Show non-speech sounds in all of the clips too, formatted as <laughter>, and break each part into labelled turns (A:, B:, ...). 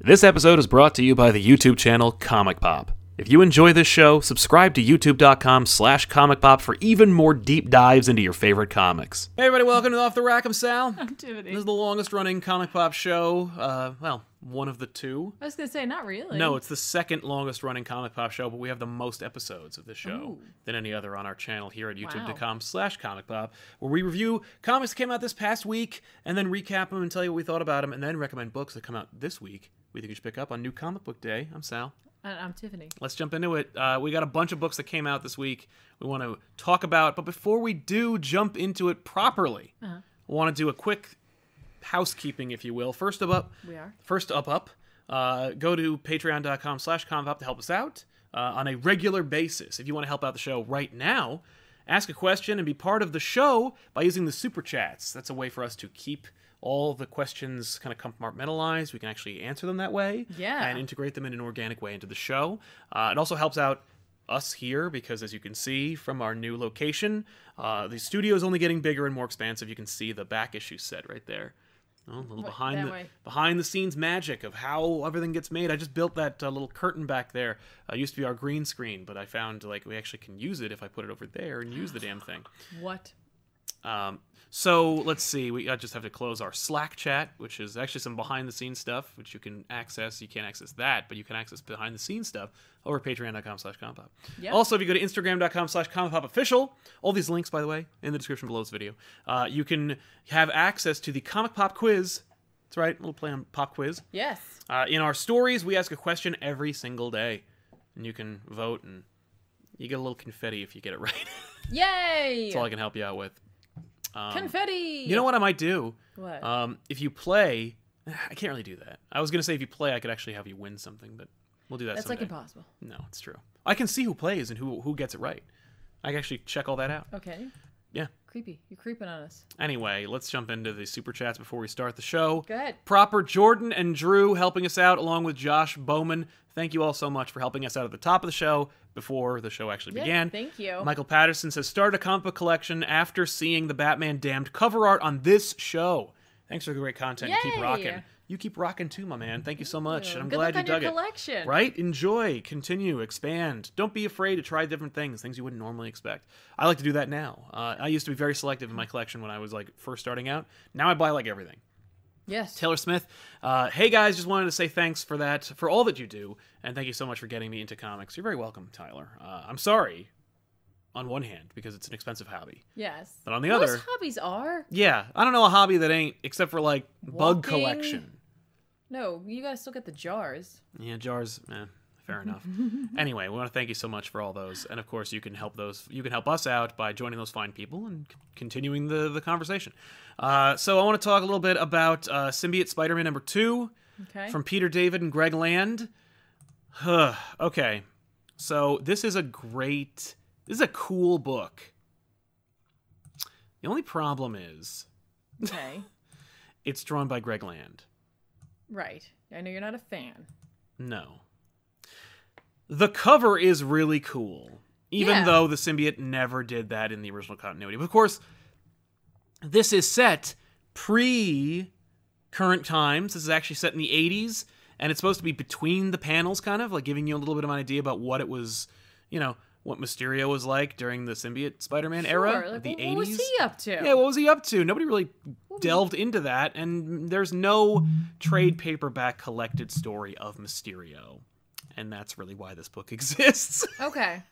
A: This episode is brought to you by the YouTube channel Comic Pop. If you enjoy this show, subscribe to youtube.com slash comic pop for even more deep dives into your favorite comics. Hey everybody, welcome to Off the Rack,
B: <laughs>
A: I'm Sal. This
B: activity.
A: is the longest running comic pop show, uh, well, one of the two.
B: I was gonna say not really.
A: No, it's the second longest running comic pop show, but we have the most episodes of this show than any other on our channel here at youtube.com slash comic pop, where we review comics that came out this past week and then recap them and tell you what we thought about them and then recommend books that come out this week we think you should pick up on New Comic Book Day. I'm Sal.
B: I, I'm Tiffany.
A: Let's jump into it. Uh, we got a bunch of books that came out this week we want to talk about, but before we do jump into it properly, I want to do a quick housekeeping, if you will. First of up,
B: We are.
A: first up up uh, go to patreon.com slash compop to help us out uh, on a regular basis if you want to help out the show right now ask a question and be part of the show by using the super chats that's a way for us to keep all the questions kind of compartmentalized we can actually answer them that way
B: Yeah.
A: and integrate them in an organic way into the show uh, it also helps out us here because as you can see from our new location uh, the studio is only getting bigger and more expansive you can see the back issue set right there Oh, a little
B: Wh-
A: behind
B: that
A: the
B: way.
A: behind the scenes magic of how everything gets made. I just built that uh, little curtain back there. Uh, used to be our green screen, but I found like we actually can use it if I put it over there and use the damn thing.
B: What?
A: Um, so let's see. We I just have to close our Slack chat, which is actually some behind the scenes stuff, which you can access. You can't access that, but you can access behind the scenes stuff over at patreon.com slash compop.
B: Yeah.
A: Also, if you go to instagram.com slash compop official, all these links, by the way, in the description below this video, uh, you can have access to the comic pop quiz. That's right, a little play on pop quiz.
B: Yes.
A: Uh, in our stories, we ask a question every single day, and you can vote, and you get a little confetti if you get it <laughs> right.
B: Yay!
A: That's all I can help you out with.
B: Confetti.
A: um, You know what I might do?
B: What?
A: Um, if you play, <sighs> I can't really do that. I was gonna say if you play, I could actually have you win something, but we'll do that.
B: That's like
A: someday.
B: impossible.
A: No, it's true. I can see who plays and who who gets it right. I can actually check all that out.
B: Okay.
A: Yeah.
B: Creepy. You're creeping on us.
A: Anyway, let's jump into the super chats before we start the show.
B: Go ahead.
A: Proper Jordan and Drew helping us out, along with Josh Bowman. Thank you all so much for helping us out at the top of the show before the show actually
B: Yeah,
A: began.
B: thank you.
A: Michael Patterson says started a comic book collection after seeing the Batman Damned cover art on this show. Thanks for the great content. You Keep
B: Yay!
A: rocking. You keep rocking too, my man. Thank you so much. And I'm
B: Good luck
A: glad you
B: on
A: dug
B: your
A: it.
B: collection.
A: Right? Enjoy, continue, expand. Don't be afraid to try different things, things you wouldn't normally expect. I like to do that now. Uh, I used to be very selective in my collection when I was like first starting out. Now I buy like everything.
B: Yes.
A: Taylor Smith, uh, hey guys, just wanted to say thanks for that, for all that you do, and thank you so much for getting me into comics. You're very welcome, Tyler. Uh, I'm sorry, on one hand, because it's an expensive hobby,
B: yes.
A: but on the
B: Most
A: other,
B: hobbies are
A: yeah, I don't know a hobby that ain't except for like bug
B: Walking.
A: collection.
B: no. You gotta still get the jars.
A: Yeah, jars. Eh, fair enough. anyway, we want to thank you so much for all those, and of course, you can help those. You can help us out by joining those fine people and c- continuing the the conversation. Uh, so, I want to talk a little bit about uh, Symbiote Spider-Man number two
B: Okay.
A: from Peter David and Greg Land. Huh, okay, so this is a great. This is a cool book. The only problem is
B: okay.
A: it's drawn by Greg Land.
B: Right. I know you're not a fan.
A: No. The cover is really cool, even
B: Yeah.
A: though the symbiote never did that in the original continuity. But of course, this is set pre current times. This is actually set in the 80s, and it's supposed to be between the panels, kind of like giving you a little bit of an idea about what it was, you know, what Mysterio was like during the symbiote Spider Man
B: Sure,
A: era
B: like,
A: of the
B: what,
A: 80s.
B: what was he up to?
A: Yeah, what was he up to? Nobody really delved into that, and there's no trade paperback collected story of Mysterio. And that's really why this book <laughs> exists.
B: okay.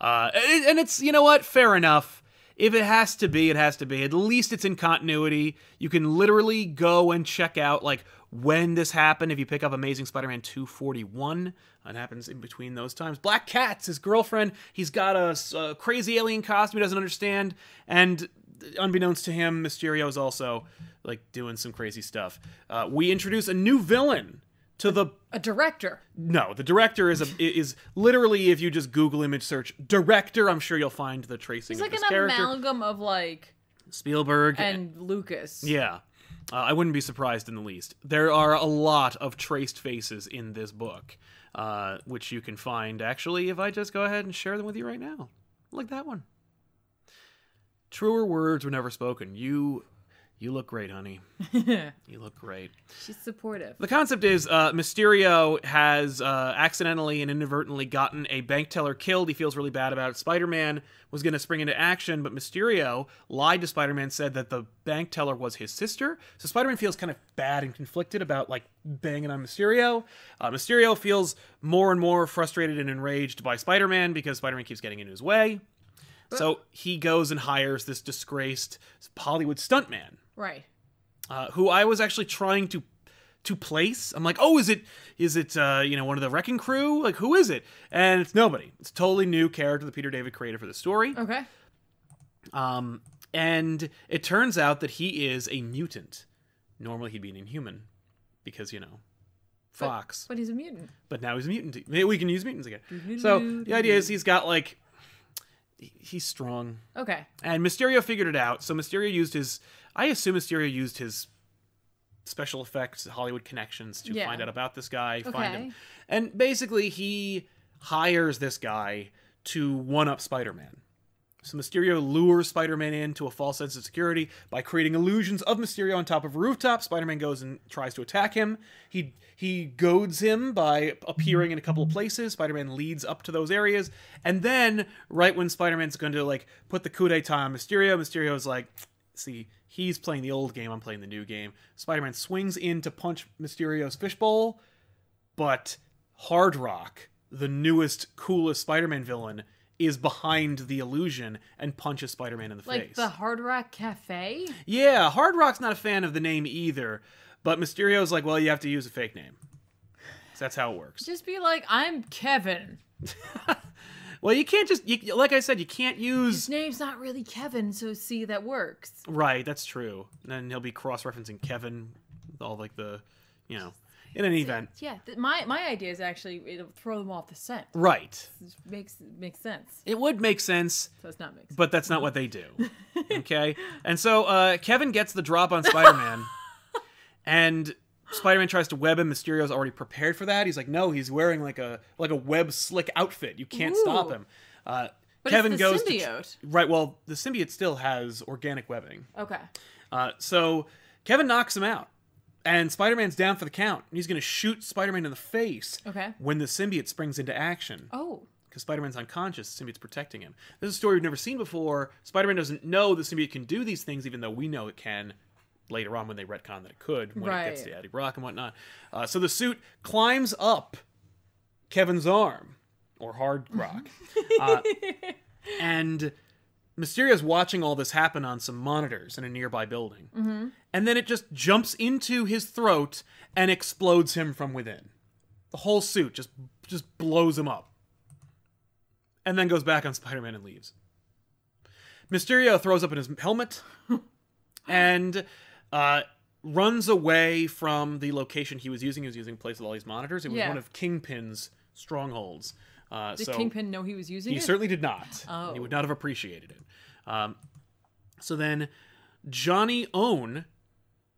A: Uh, and and it's, you know what? Fair enough. If it has to be, it has to be. At least it's in continuity. You can literally go and check out, like, when this happened. If you pick up Amazing Spider Man 241, it happens in between those times. Black Cat's his girlfriend. He's got a, s- a crazy alien costume he doesn't understand. And unbeknownst to him, Mysterio is also, like, doing some crazy stuff. Uh, we introduce a new villain to the
B: A director.
A: no, the
B: <laughs>
A: director is a is literally if you just Google image search director, I'm sure you'll find the tracing
B: He's
A: of
B: like an
A: this character.
B: amalgam of like
A: Spielberg
B: and Lucas.
A: yeah, uh, I wouldn't be surprised in the least. There are a lot of traced faces in this book, uh, which you can find actually if I just go ahead and share them with you right now, like that one. Truer words were never spoken. You, You look great,
B: <laughs>
A: honey. You look great.
B: She's supportive.
A: The concept is uh, Mysterio has uh, accidentally and inadvertently gotten a bank teller killed. He feels really bad about it. Spider Man was going to spring into action, but Mysterio lied to Spider Man, said that the bank teller was his sister. So Spider Man feels kind of bad and conflicted about like banging on Mysterio. Uh, Mysterio feels more and more frustrated and enraged by Spider Man because Spider Man keeps getting in his way. So he goes and hires this disgraced Hollywood stuntman
B: Right.
A: uh, who I was actually trying to to place. I'm like, oh, is it is it uh, you know one of the Wrecking Crew? Like, who is it? And it's nobody. It's a totally new character that Peter David created for the story.
B: Okay.
A: Um, and it turns out that he is a mutant. Normally, he'd be an Inhuman because you know Fox
B: But he's a mutant.
A: but now he's a mutant. Maybe we can use mutants again. So the idea is he's got like he- he's strong,
B: Okay.
A: and Mysterio figured it out. So Mysterio used his I assume Mysterio used his special effects Hollywood connections to
B: Yeah.
A: find out about this guy, find him.
B: Okay.
A: And basically he hires this guy to one up Spider-Man. So Mysterio lures Spider-Man into a false sense of security by creating illusions of Mysterio on top of a rooftop. Spider-Man goes and tries to attack him. He he goads him by appearing in a couple of places. Spider-Man leads up to those areas, and then right when Spider-Man's going to like put the coup d'état on Mysterio, Mysterio is like, "See, he's playing the old game. I'm playing the new game." Spider-Man swings in to punch Mysterio's fishbowl but Hard Rock, the newest, coolest Spider-Man villain, is behind the illusion and punches Spider-Man in the
B: Like
A: face.
B: the Hard Rock Cafe?
A: yeah, Hard Rock's not a fan of the name either, but Mysterio's like, well, you have to use a fake name. So that's how it works.
B: Just be like, I'm Kevin.
A: Well, you can't just, you, like I said, you can't
B: His
A: use.
B: name's not really Kevin, so see, that works.
A: Right, that's true. And then he'll be cross-referencing Kevin, with all like the, you know. In any event,
B: Yeah, th- my my idea is actually it'll throw them off the scent.
A: right.
B: This makes makes sense.
A: It would make sense
B: So it's not makes.
A: But that's not what
B: <laughs>
A: they do. Okay? and so uh, Kevin gets the drop on
B: <laughs>
A: Spider Man, and Spider Man tries to web him. Mysterio's already prepared for that. He's like, no, he's wearing like a like a web slick outfit. You can't stop
B: Ooh.
A: him. Uh,
B: But
A: Kevin
B: it's the
A: goes to
B: symbiote.
A: right. Well, the symbiote still has organic webbing.
B: okay.
A: Uh, so Kevin knocks him out, and Spider Man's down for the count. And he's going to shoot Spider Man in the face
B: Okay.
A: when the symbiote springs into action
B: Oh.
A: because Spider-Man's unconscious, the symbiote's protecting him. This is a story we've never seen before. Spider-Man doesn't know the symbiote can do these things, even though we know it can later on when they retcon that it could when it gets
B: Right.
A: to Eddie Brock and whatnot. Uh, so the suit climbs up Kevin's arm or Hard Rock, uh, and Mysterio's watching all this happen on some monitors in a nearby building, and then it just jumps into his throat and explodes him from within. The whole suit just just blows him up and then goes back on Spider-Man and leaves. Mysterio throws up in his
B: <laughs>
A: helmet and uh, runs away from the location he was using. He was using a place with all these monitors. It was
B: Yeah.
A: one of Kingpin's strongholds. Uh,
B: Did
A: so
B: Kingpin know he was using
A: he
B: it?
A: certainly did not.
B: Oh.
A: He would not have appreciated it. Um, so then, Johnny Own,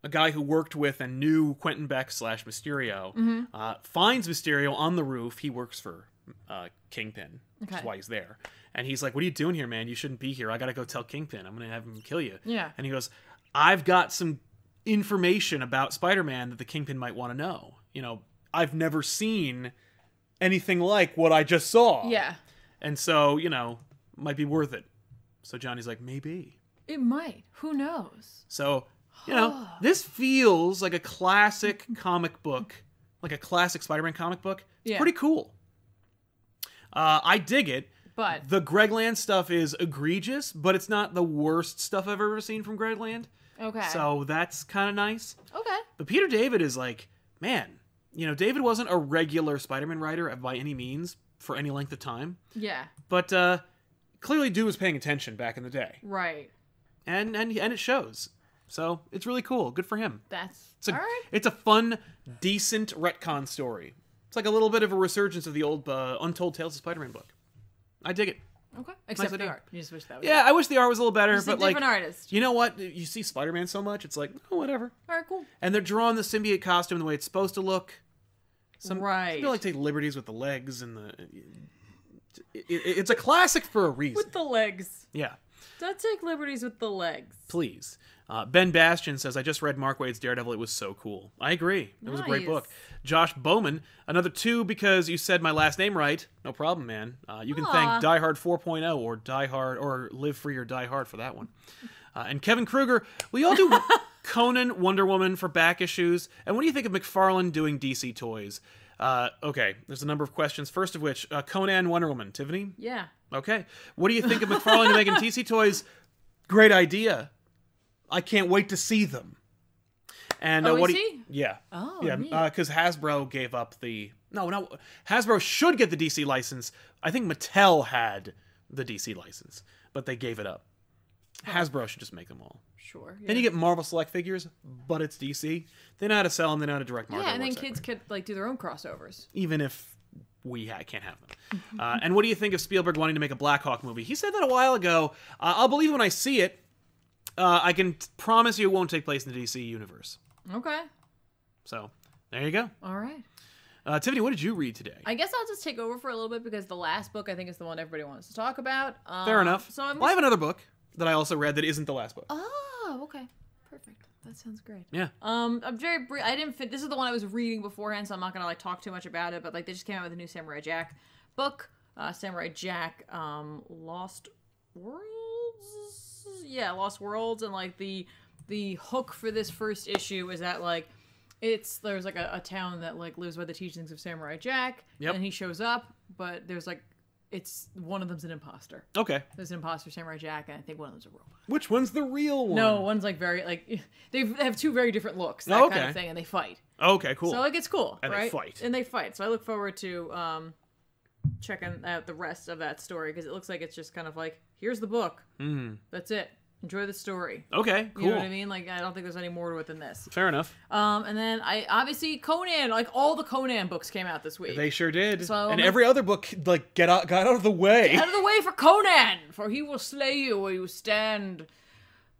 A: a guy who worked with and knew Quentin Beck slash Mysterio,
B: Mm-hmm.
A: uh, finds Mysterio on the roof. He works for uh, Kingpin, which is
B: Okay.
A: why he's there. And he's like, "What are you doing here, man? You shouldn't be here. I gotta go tell Kingpin. I'm gonna have him kill you."
B: Yeah.
A: And he goes, "I've got some information about Spider-Man that the Kingpin might want to know. You know, I've never seen." Anything like what I just saw.
B: yeah.
A: And so, you know, might be worth it. So Johnny's like, maybe.
B: It might. Who knows?
A: So, you know, this feels like a classic comic book, like a classic Spider Man comic book. It's
B: Yeah.
A: pretty cool. Uh, I dig it.
B: But
A: The Greg Land stuff is egregious, but it's not the worst stuff I've ever seen from Greg Land.
B: okay.
A: So that's kind of nice.
B: okay.
A: But Peter David is like, man, you know, David wasn't a regular Spider Man writer by any means for any length of time
B: Yeah.
A: but uh, clearly Dew was paying attention back in the day,
B: Right.
A: and and and it shows. So it's really cool. Good for him.
B: That's
A: It's a
B: all right.
A: it's a fun, decent retcon story. It's like a little bit of a resurgence of the old uh, Untold Tales of Spider-Man book. I dig it.
B: Okay. Except for the
A: idea.
B: art. You just wish that. Was
A: Yeah, I wish the art was a little better,
B: Just a
A: but like,
B: different artist.
A: you know what? You see Spider-Man so much, it's like oh, whatever.
B: All right. Cool.
A: And they're drawing the symbiote costume the way it's supposed to look. Some
B: Right.
A: They like take liberties with the legs and the. it- it- it's a classic for a reason.
B: With the legs.
A: Yeah.
C: Don't take liberties with the legs.
A: please. Uh, ben Bastian says, I just read Mark Waid's Daredevil. It was so cool. I agree. It was a great
C: Nice.
A: book. Josh Bowman, another two because you said my last name right. No problem, man. Uh, you can
C: Aw.
A: thank Die Hard 4.0 or Die Hard or Live Free or Die Hard for that one. Uh, and Kevin Kruger, we all
C: <laughs>
A: do Conan, Wonder Woman for back issues. And what do you think of McFarlane doing DC toys? Uh, okay, there's a number of questions. First of which, uh, Conan, Wonder Woman. Tiffany?
C: Yeah.
A: Okay. What do you think of McFarlane making TC toys? Great idea. I can't wait to see them. And uh,
C: Oh,
A: what
C: is
A: do you,
C: he?
A: Yeah.
C: Oh,
A: yeah.
C: neat.
A: Because Hasbro gave up the no, no. Hasbro should get the DC license. I think Mattel had the DC license, but they gave it up. Hasbro should just make them all.
C: Sure.
A: Then you get Marvel Select figures, but it's DC. They know how to sell them. They know how to direct market.
B: yeah, and then
A: works that way
B: kids could like do their own crossovers.
A: even if we ha- can't have them. Uh, and what do you think of Spielberg wanting to make a Black Hawk movie? He said that a while ago. Uh, I'll believe it when I see it. Uh, I can t- promise you it won't take place in the DC universe.
B: Okay.
A: So there you go.
B: All right.
A: Uh, Tiffany, what did you read today?
C: I guess I'll just take over for a little bit because the last book I think is the one everybody wants to talk about. Um,
A: Fair enough.
C: So I'm.
A: well, I have another book that I also read that isn't the last book.
C: Oh, okay. Perfect. That sounds great.
A: yeah.
C: Um, I'm very. Br- I didn't. Fin- this is the one I was reading beforehand, so I'm not gonna like talk too much about it. But like, they just came out with a new Samurai Jack book. Uh, Samurai Jack, um, Lost Worlds. Yeah, Lost Worlds, and like the the hook for this first issue is that like it's there's like a, a town that like lives by the teachings of Samurai Jack,
A: Yep.
C: and he shows up, but there's like it's one of them's an imposter.
A: Okay.
C: There's an imposter Samurai Jack, and I think one of them's a robot.
A: Which one's the real one?
C: No, one's like very like <laughs> they have two very different looks, that
A: Oh,
C: kind
A: okay.
C: of thing, and they fight.
A: Okay, cool.
C: So like it's cool,
A: And they
C: right?
A: fight.
C: and they fight. So I look forward to um checking out the rest of that story because it looks like it's just kind of like here's the book, mm. that's it. Enjoy the story.
A: okay, Hmm. cool.
C: You know what I mean? Like I don't think there's any more to it than this.
A: Fair enough.
C: Um, and then I obviously Conan, like all the Conan books came out this week.
A: They sure did.
C: So-
A: and every other book like get out, got out of the way.
C: out of the way for Conan, for he will slay you where you stand.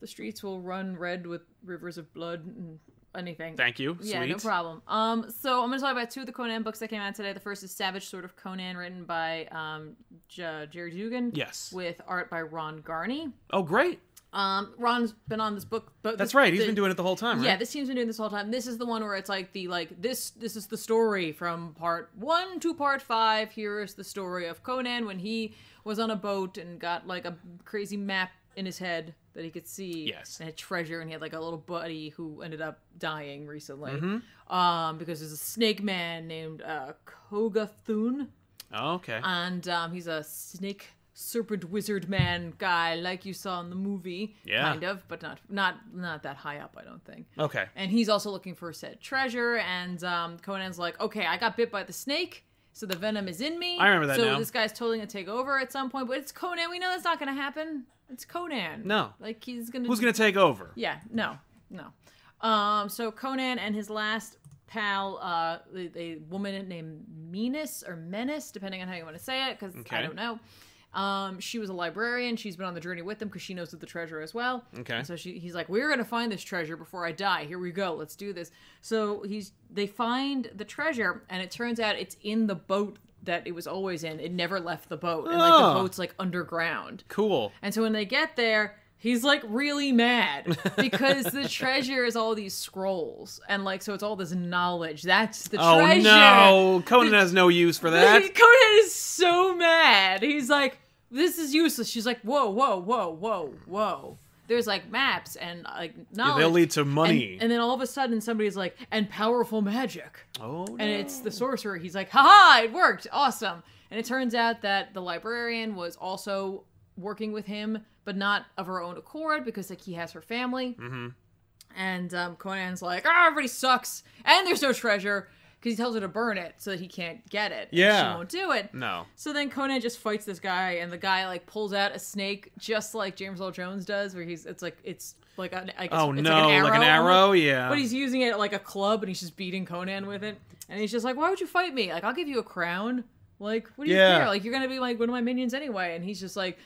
C: The streets will run red with rivers of blood and anything.
A: Thank you.
C: Yeah,
A: Sweet.
C: no problem. Um, so I'm gonna talk about two of the Conan books that came out today. The first is Savage Sword of Conan, written by um, J- Jerry Dugan.
A: Yes.
C: With art by Ron Garney.
A: Oh, great.
C: Um, Ron's been on this book. But
A: That's
C: this-
A: right. He's
C: the-
A: been doing it the whole time, right?
C: Yeah, this team's been doing this whole time. This is the one where it's like the like this. This is the story from part one to part five. Here is the story of Conan when he was on a boat and got like a crazy map in his head that he could see.
A: Yes.
C: and a treasure, and he had like a little buddy who ended up dying recently,
A: Mm-hmm.
C: um, because there's a snake man named uh, Koga Thun
A: Oh, okay.
C: and um, he's a snake serpent wizard man guy like you saw in the movie
A: Yeah.
C: kind of but not not not that high up i don't think
A: okay.
C: and he's also looking for said treasure and um, conan's like okay i got bit by the snake so the venom is in me
A: I remember that
C: so
A: now.
C: this guy's totally gonna take over at some point but it's conan we know that's not gonna happen it's conan
A: No.
C: like he's gonna
A: Who's going to take over?
C: yeah, no, no. Um, so Conan and his last pal, uh, a, a woman named Menis or Menace, depending on how you want to say it, because I
A: Okay.
C: don't know. Um, she was a librarian. She's been on the journey with them because she knows of the treasure as well.
A: Okay.
C: And so she, he's like, "We're gonna find this treasure before I die. Here we go. Let's do this." So he's they find the treasure, and it turns out it's in the boat that it was always in. It never left the boat, and like
A: Oh.
C: the boat's like underground.
A: Cool.
C: And so when they get there, he's like really mad
A: <laughs>
C: because the treasure is all these scrolls and like so it's all this knowledge. That's the
A: Oh
C: treasure. <laughs>
A: no, Conan has no use for that. <laughs>
C: Conan is so mad. He's like, "This is useless." She's like, "Whoa, whoa, whoa, whoa, whoa." There's like maps and like knowledge.
A: They'll lead to money.
C: and, and then all of a sudden somebody's like, "And powerful magic."
A: oh, no.
C: and it's the sorcerer. He's like, haha, it worked. Awesome. And it turns out that the librarian was also working with him, but not of her own accord because like he has her family. Mm-hmm. And um, Conan's like, ah, everybody sucks. And there's no treasure because he tells her to burn it so that he can't get it. And
A: Yeah.
C: She won't do it.
A: no.
C: So then Conan just fights this guy, and the guy like pulls out a snake, just like James Earl Jones does, where he's it's like it's like an, I guess
A: Oh
C: it's
A: no, like an
C: almost.
A: arrow, yeah.
C: But he's using it like a club and he's just beating Conan with it. And he's just like, Why would you fight me? Like, I'll give you a crown. Like, what do you
A: Yeah.
C: care? Like, you're going to be like one of my minions anyway. And he's just like,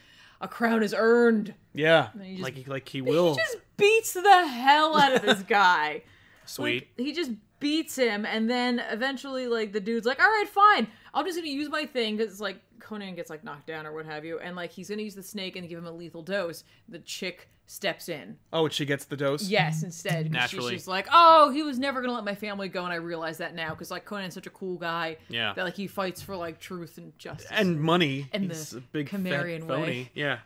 C: A crown is earned.
A: yeah,
C: he just-
A: like he, like he will. <laughs>
C: He just beats the hell out of this guy.
A: Sweet.
C: Like, he just beats him, and then eventually, like the dude's like, "All right, fine, I'm just gonna use my thing," because like Conan gets like knocked down or what have you, and like he's gonna use the snake and give him a lethal dose. The chick steps in,
A: Oh, and she gets the dose.
C: yes, instead, 'cause she-
A: Naturally.
C: she's like, "Oh, he was never gonna let my family go," and I realize that now because like Conan's such a cool guy,
A: Yeah.
C: that like he fights for like truth and justice
A: And money.
C: And
A: He's
C: the
A: a big fat Uh,
C: Cimmerian
A: phony.
C: way.
A: Yeah.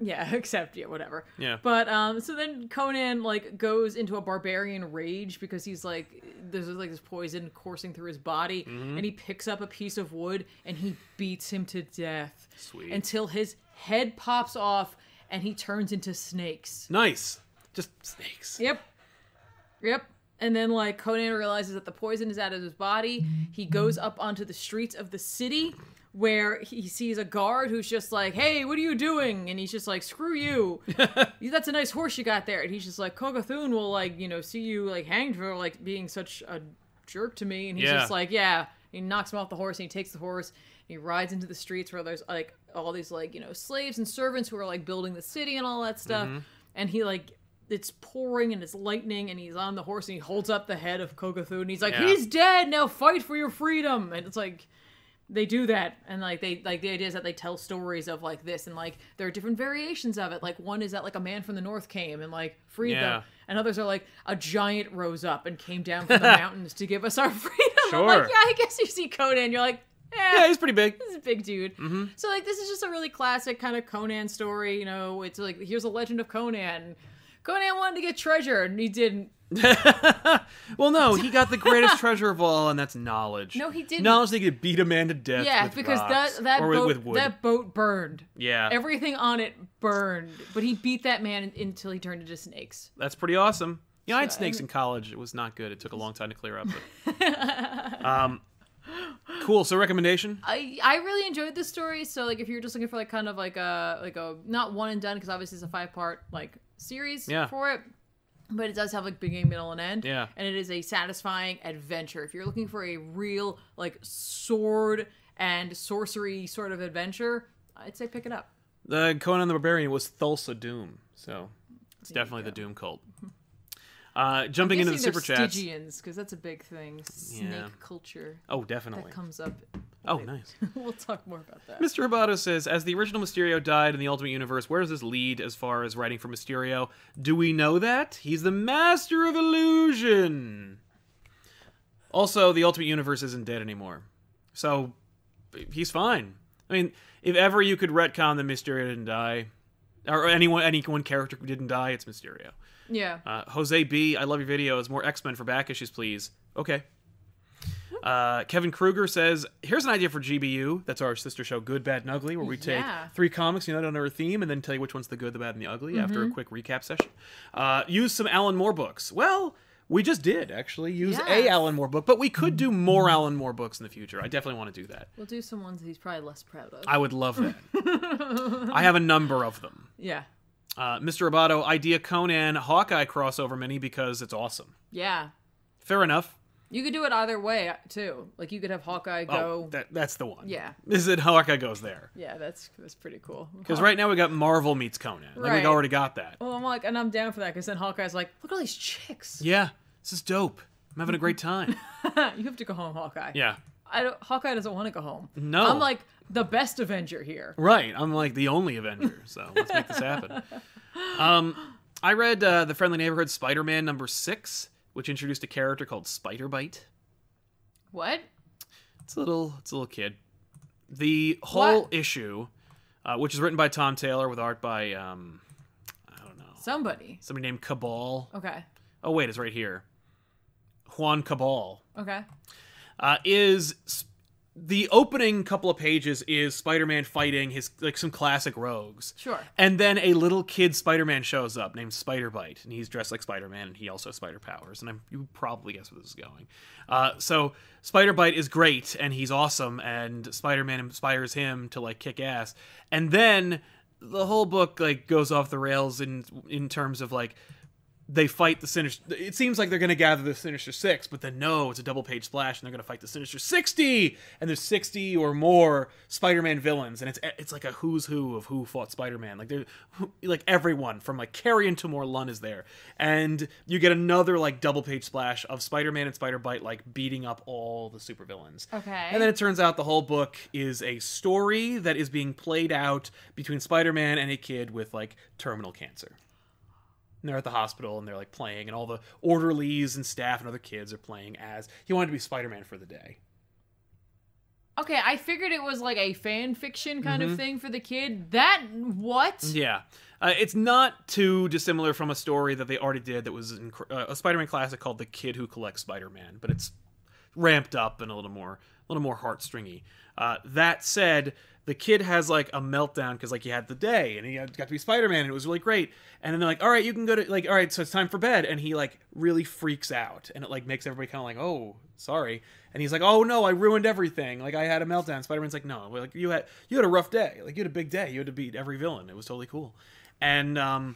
C: Yeah, <laughs> except yeah, whatever.
A: Yeah.
C: But um, so then Conan like goes into a barbarian rage because he's like, there's like this poison coursing through his body,
A: Mm-hmm.
C: and he picks up a piece of wood and he beats him to death.
A: Sweet.
C: Until his head pops off and he turns into snakes.
A: nice. Just snakes.
C: Yep. Yep. And then like Conan realizes that the poison is out of his body. He goes up onto the streets of the city where he sees a guard who's just like, "Hey, what are you doing?" And he's just like, "Screw you. You- That's a nice horse you got there." And he's just like, "Kogathun will like, you know, see you like hanged for like being such a jerk to me." And he's
A: Yeah.
C: just like, "Yeah." He knocks him off the horse and he takes the horse. And he rides into the streets where there's like all these like, you know, slaves and servants who are like building the city and all that stuff. And he like it's pouring and it's lightning and he's on the horse and he holds up the head of Kogathu and he's like,
A: Yeah.
C: He's dead, now fight for your freedom and it's like they do that and like they like the idea is that they tell stories of like this and like there are different variations of it. Like one is that like a man from the north came and like freed
A: Yeah.
C: them. And others are like a giant rose up and came
A: <laughs>
C: down from the mountains to give us our freedom. I'm
A: Sure.
C: like, yeah, I guess you see Conan, you're like, eh,
A: Yeah, he's pretty big.
C: <laughs> this is a big dude.
A: Mm-hmm.
C: So like this is just a really classic kind of Conan story, you know, it's like here's a legend of Conan. Conan wanted to get treasure and he didn't.
A: <laughs> Well, no, he got the
C: <laughs>
A: greatest treasure of all, and that's knowledge.
C: No, he didn't.
A: Knowledge that he could beat a man to death.
C: yeah,
A: with
C: because
A: rocks.
C: that that
A: or with-
C: boat
A: with wood.
C: that boat burned.
A: yeah,
C: Everything on it burned, but he beat that man in- until he turned into snakes.
A: that's pretty awesome. Yeah, I had
C: So,
A: snakes
C: and-
A: in college. It was not good. It took a long time to clear up.
C: <laughs>
A: but- um, cool. So recommendation.
C: I I really enjoyed this story. So like if you're just looking for like kind of like a like a not one and done because obviously it's a five part like series
A: Yeah.
C: for it. But it does have like beginning, middle, and end.
A: Yeah.
C: And it is a satisfying adventure. If you're looking for a real like sword and sorcery sort of adventure, I'd say pick it up.
A: The Conan the Barbarian was Thulsa Doom, so it's definitely the Doom cult. Uh, jumping into the
C: Guessing
A: super
C: they're
A: chats.
C: Stygians, because that's a big thing. Snake
A: Yeah.
C: culture
A: Oh,
C: that
A: definitely.
C: comes up. <laughs>
A: Oh, nice.
C: we'll talk more about that.
A: Mr. Roboto says, as the original Mysterio died in the Ultimate Universe, where does this lead as far as writing for Mysterio? Do we know that? He's the master of illusion. Also, the Ultimate Universe isn't dead anymore. So, he's fine. I mean, if ever you could retcon that Mysterio didn't die, or anyone, any one character who didn't die, it's Mysterio.
C: Yeah.
A: Uh, Jose B, I love your videos. More X Men for back issues, please. Okay. Uh, Kevin Kruger says, "Here's an idea for GBU. That's our sister show, Good, Bad, and Ugly, where we take
C: Yeah.
A: three comics united under a theme, and then tell you which one's the good, the bad, and the ugly after
C: Mm-hmm.
A: a quick recap session. Uh, use some Alan Moore books. Well, we just did actually use a
C: Yes.
A: Alan Moore book, but we could do more Alan Moore books in the future. I definitely want to do that.
C: We'll do some ones that he's probably less proud of.
A: I would love that.
C: <laughs>
A: I have a number of them.
C: yeah.
A: Uh, Mr. Roboto, idea Conan Hawkeye crossover mini because it's awesome.
C: Yeah.
A: Fair enough."
C: You could do it either way uh, too. Like you could have Hawkeye go.
A: Oh, that, that's the one.
C: Yeah.
A: This is it. Hawkeye goes there.
C: yeah, that's that's pretty cool.
A: Because right now we got Marvel meets Conan. Like
C: Right.
A: we already got that.
C: Well, I'm like, and I'm down for that because then Hawkeye's like, look at all these chicks. <laughs>
A: Yeah. This is dope. I'm having a great time.
C: you have to go home, Hawkeye.
A: yeah. Mm-hmm.
C: I don't, Hawkeye doesn't want to go home.
A: No.
C: I'm like the best Avenger here.
A: Right. I'm like the only Avenger, so let's make this happen.
C: <laughs>
A: Um, I read uh, The Friendly Neighborhood Spider Man number six, which introduced a character called Spider Bite.
C: What?
A: It's a little it's a little kid. The whole
C: What?
A: issue, uh, which is written by Tom Taylor with art by um, I don't know.
C: Somebody.
A: Somebody named Cabal.
C: Okay.
A: Oh wait, it's right here. Juan Cabal
C: Okay.
A: uh, is s- the opening couple of pages is Spider-Man fighting his like some classic rogues.
C: Sure.
A: And then a little kid Spider-Man shows up named Spider-Bite, and he's dressed like Spider-Man, and he also has spider powers. And I'm, you probably guess where this is going. Uh, so Spider-Bite is great, and he's awesome, and Spider-Man inspires him to like kick ass. And then the whole book like goes off the rails in in terms of like they fight the sinister. It seems like they're going to gather the Sinister Six, but then no, it's a double page splash, and they're going to fight the Sinister Sixty, and there's sixty or more Spider-Man villains, and it's it's like a who's who of who fought Spider-Man. Like there, like everyone from like Carrion to Morlun is there, and you get another like double page splash of Spider-Man and Spider-Bite like beating up all the supervillains.
C: Okay.
A: And then it turns out the whole book is a story that is being played out between Spider-Man and a kid with like terminal cancer. And they're at the hospital and they're like playing, and all the orderlies and staff and other kids are playing as he wanted to be Spider Man for the day.
C: Okay, I figured it was like a fan fiction kind
A: Mm-hmm.
C: of thing for the kid. That what?
A: Yeah. Uh, it's not too dissimilar from a story that they already did that was in, uh, a Spider Man classic called The Kid Who Collects Spider Man, but it's ramped up and a little more a little more heartstringy. Uh, that said, the kid has like a meltdown because like he had the day and he had, got to be Spider Man and it was really great. And then they're like, all right, you can go to like, all right, so it's time for bed. And he like really freaks out and it like makes everybody kind of like, oh, sorry. And he's like, oh no, I ruined everything. Like I had a meltdown. Spider Man's like, no, we're like you had you had a rough day. Like you had a big day. You had to beat every villain. It was totally cool. And um,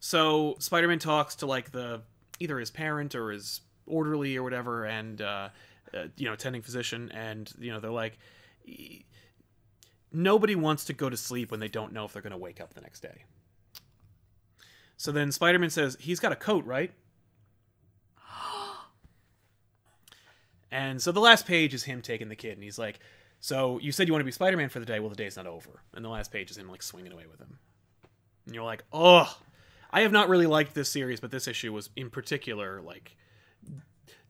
A: so Spider Man talks to like the either his parent or his orderly or whatever, and uh, uh, you know, attending physician, and you know, they're like, "E- nobody wants to go to sleep when they don't know if they're going to wake up the next day. So then Spider Man says, he's got a coat, right? <gasps> And so the last page is him taking the kid, and he's like, "So you said you want to be Spider-Man for the day. Well, the day's not over." And the last page is him like swinging away with him, and you're like, "Oh, I have not really liked this series, but this issue was in particular like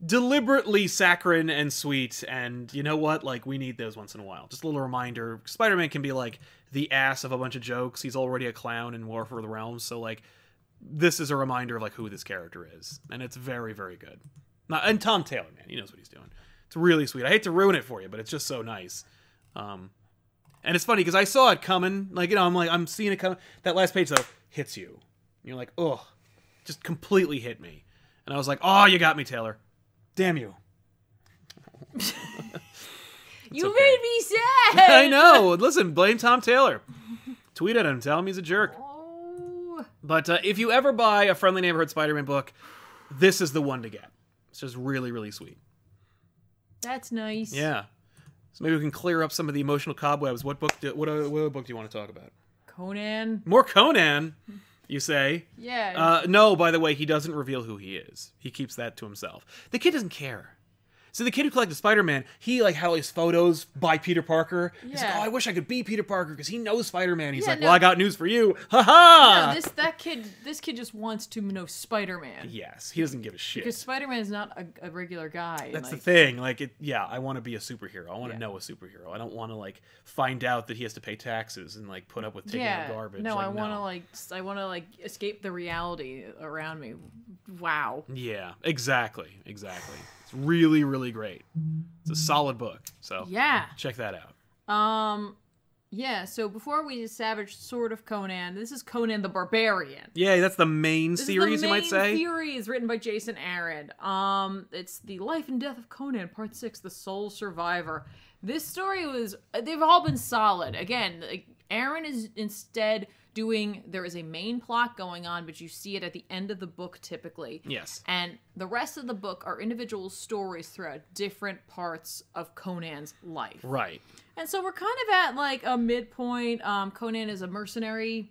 A: deliberately saccharine and sweet." And you know what? Like we need those once in a while. Just a little reminder: Spider-Man can be like the ass of a bunch of jokes. He's already a clown in War for the Realms, so like this is a reminder of like who this character is, and it's very, very good. Now, and Tom Taylor, man, he knows what he's doing. It's really sweet. I hate to ruin it for you, but it's just so nice. Um, and it's funny because I saw it coming. Like you know, I'm like I'm seeing it coming. That last page though hits you. And you're like, oh, just completely hit me. And I was like, oh, you got me, Taylor. Damn you.
C: you
A: okay.
C: made
A: <laughs>
C: me sad.
A: I know. Listen, blame Tom Taylor. Tweet at him. Tell him he's a jerk.
C: Oh.
A: But uh, if you ever buy a Friendly Neighborhood Spider-Man book, this is the one to get. It's just really, really sweet.
C: That's nice.
A: Yeah. So maybe we can clear up some of the emotional cobwebs. What book? Do, what, other, what other book do you want to talk about?
C: Conan.
A: More Conan, you say?
C: Yeah.
A: Uh, no, by the way, he doesn't reveal who he is. He keeps that to himself. The kid doesn't care. So the kid who collected Spider-Man, he like had all these photos by Peter Parker. He's like,
C: Yeah.
A: oh, I wish I could be Peter Parker because he knows Spider-Man. He's
C: Yeah,
A: like,
C: no.
A: well, I got news for you. <laughs> Ha ha!
C: no, this that kid this kid just wants to know Spider-Man.
A: yes, he doesn't give a shit.
C: Because Spider-Man is not a, a regular guy. and,
A: That's
C: like,
A: the thing. Like, it, yeah, I want to be a superhero. I want to
C: Yeah.
A: know a superhero. I don't want to like find out that he has to pay taxes and like put up with taking
C: yeah.
A: out garbage.
C: No,
A: Like,
C: I want to like s- I want to like escape the reality around me. Wow.
A: Yeah, exactly, exactly. It's really, really great. It's a solid book. So
C: Yeah.
A: check that out.
C: Um yeah, so before we did Savage Sword of Conan, this is Conan the Barbarian.
A: Yeah, that's the main
C: This
A: series,
C: is the
A: you might
C: main
A: say.
C: series written by Jason Aaron. Um, it's the life and death of Conan, part six, the sole survivor. This story was they've all been solid. Again, like Aaron is instead doing there is a main plot going on, but you see it at the end of the book typically.
A: Yes.
C: And the rest of the book are individual stories throughout different parts of Conan's life.
A: Right.
C: And so we're kind of at like a midpoint. Um, Conan is a mercenary,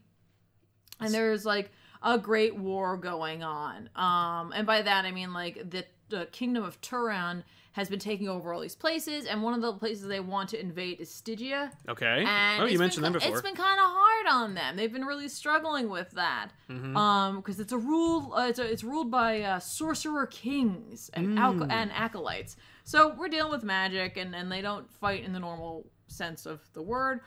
C: and there's like a great war going on. Um, and by that I mean like the, the kingdom of Turan has been taking over all these places, and one of the places they want to invade is Stygia.
A: Okay.
C: And
A: oh,
C: it's
A: you
C: been
A: mentioned them
C: ki-
A: before.
C: It's been kind of hard on them. They've been really struggling with that,
A: Mm-hmm.
C: um, because it's a rule. Uh, it's, a, it's ruled by uh, sorcerer kings
A: Mm.
C: and alco- and acolytes. So we're dealing with magic, and and they don't fight in the normal sense of the word,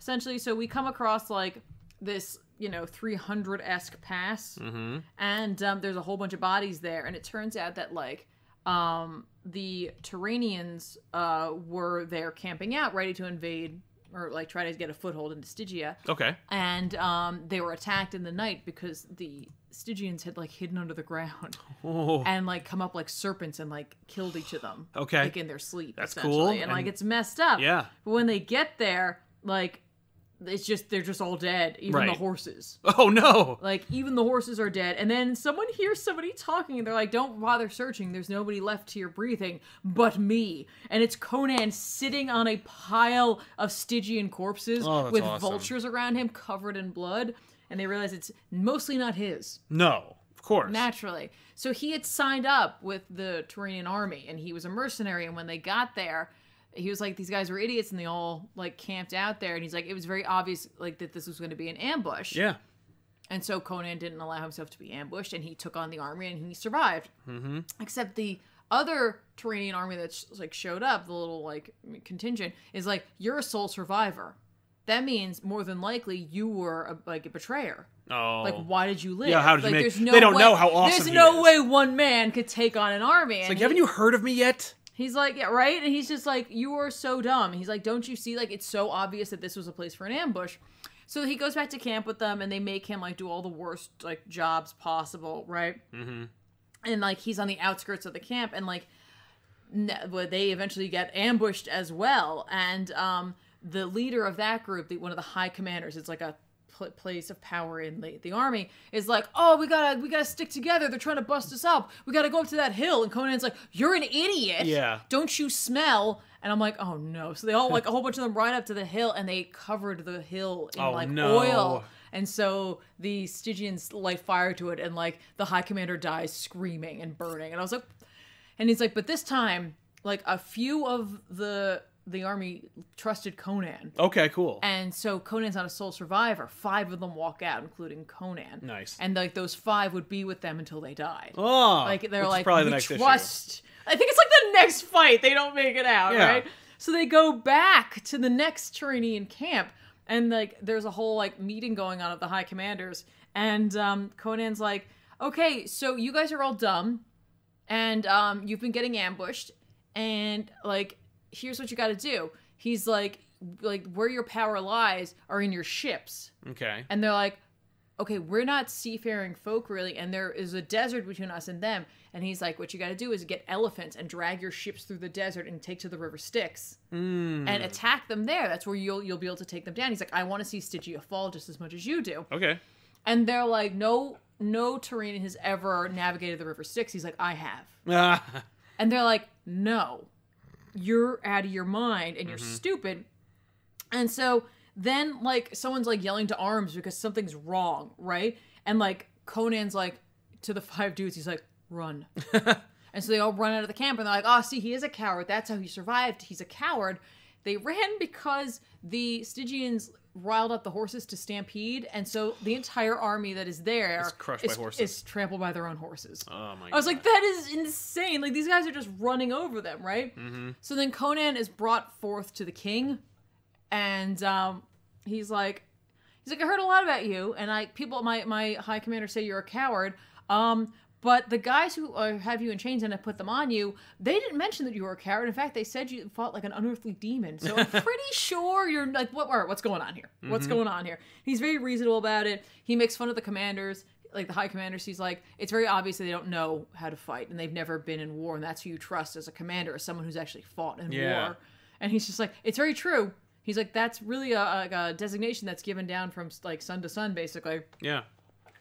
C: essentially. So we come across like this, you know, three hundred esque pass,
A: Mm-hmm.
C: and um, there's a whole bunch of bodies there, and it turns out that like um, the Turanians uh, were there camping out, ready to invade or like try to get a foothold into Stygia,
A: okay.
C: and um, they were attacked in the night because the Stygians had like hidden under the ground <laughs>
A: Oh,
C: and like come up like serpents and like killed each of them.
A: Okay.
C: like uh, in their sleep.
A: That's
C: essentially.
A: cool,
C: and, like
A: and-
C: it's messed up.
A: yeah.
C: But when they get there, like it's just they're just all dead, even the
A: Right.
C: horses.
A: Oh no.
C: Like even the horses are dead. And then someone hears somebody talking and they're like, "Don't bother searching. There's nobody left here breathing but me." And it's Conan sitting on a pile of Stygian corpses
A: Oh, that's
C: with
A: awesome.
C: vultures around him covered in blood, and they realize it's mostly not his.
A: No. Of course.
C: Naturally. So he had signed up with the Turanian army and he was a mercenary. And when they got there, he was like, these guys were idiots and they all like camped out there. And he's like, it was very obvious like that this was going to be an ambush.
A: yeah.
C: And so Conan didn't allow himself to be ambushed and he took on the army and he survived. Mm-hmm. Except the other Turanian army that's like showed up, the little like contingent, is like, you're a sole survivor. That means more than likely you were a, like a betrayer.
A: Oh.
C: Like, why did you live?
A: Yeah, how did you
C: like,
A: make-
C: there's no
A: they don't
C: way-
A: know how awesome
C: There's
A: he is.
C: no way one man could take on an army. and
A: like,
C: he-
A: haven't you heard of me yet?
C: He's like, yeah, right? And he's just like, you are so dumb. He's like, don't you see? Like, it's so obvious that this was a place for an ambush. So he goes back to camp with them, and they make him like do all the worst like jobs possible, right? Mm-hmm. And like he's on the outskirts of the camp, and like ne- well, they eventually get ambushed as well. And um, the leader of that group, the, one of the high commanders, it's like a pl- place of power in the, the army, is like, oh, we gotta we gotta stick together. They're trying to bust us up. We gotta go up to that hill. And Conan's like, you're an idiot.
A: Yeah.
C: Don't you smell? And I'm like, oh no. So they all like a whole bunch of them ride up to the hill, and they covered the hill in
A: Oh,
C: like
A: no.
C: oil. And so the Stygians light fire to it, and like the High Commander dies screaming and burning. And I was like, and he's like, but this time, like a few of the the army trusted Conan,
A: Okay. Cool.
C: and so Conan's not a sole survivor. Five of them walk out, including Conan.
A: Nice.
C: And like those five would be with them until they died.
A: oh.
C: Like
A: which
C: they're
A: is
C: like
A: probably
C: we
A: the next issue.
C: trust. I think it's like the next fight. They don't make it out,
A: Yeah.
C: right? So they go back to the next Turanian camp, and like there's a whole like meeting going on of the high commanders, and um, Conan's like, "Okay, so you guys are all dumb, and um, you've been getting ambushed, and like here's what you got to do." He's like, "Like where your power lies are in your ships."
A: Okay.
C: and they're like okay we're not seafaring folk really and there is a desert between us and them and he's like what you got to do is get elephants and drag your ships through the desert and take to the river styx
A: Hmm.
C: and attack them there that's where you'll you'll be able to take them down he's like i want to see stygia fall just as much as you do
A: Okay. <laughs>
C: and they're like no no Tyrrhenian has ever navigated the river styx he's like i have
A: Ah.
C: and they're like, no, you're out of your mind and
A: Mm-hmm.
C: you're stupid. And so then, like, someone's like yelling to arms because something's wrong, right? And like, Conan's like, to the <laughs> five dudes, he's like,
A: <laughs>
C: run. and so they all run out of the camp and they're like, oh, see, he is a coward. That's how he survived. He's a coward. They ran because the Stygians riled up the horses to stampede. And so the entire army that is there
A: Is crushed by horses.
C: is trampled by their own horses.
A: oh my.
C: I was like, that is insane. Like, these guys are just running over them, right? So then Conan is brought forth to the king, and um, he's like, he's like, I heard a lot about you, and I people, my my high commander say you're a coward. Um, but the guys who uh, have you in chains and have put them on you, they didn't mention that you were a coward. In fact, they said you fought like an unearthly demon. So I'm pretty sure you're like, what? All right, what's going on here? What's going on here? He's very reasonable about it. He makes fun of the commanders like the high commanders he's like it's very obvious that they don't know how to fight and they've never been in war and that's who you trust as a commander as someone who's actually fought in
A: Yeah.
C: war and he's just like it's very true he's like that's really a, a, a designation that's given down from like sun to sun basically
A: yeah.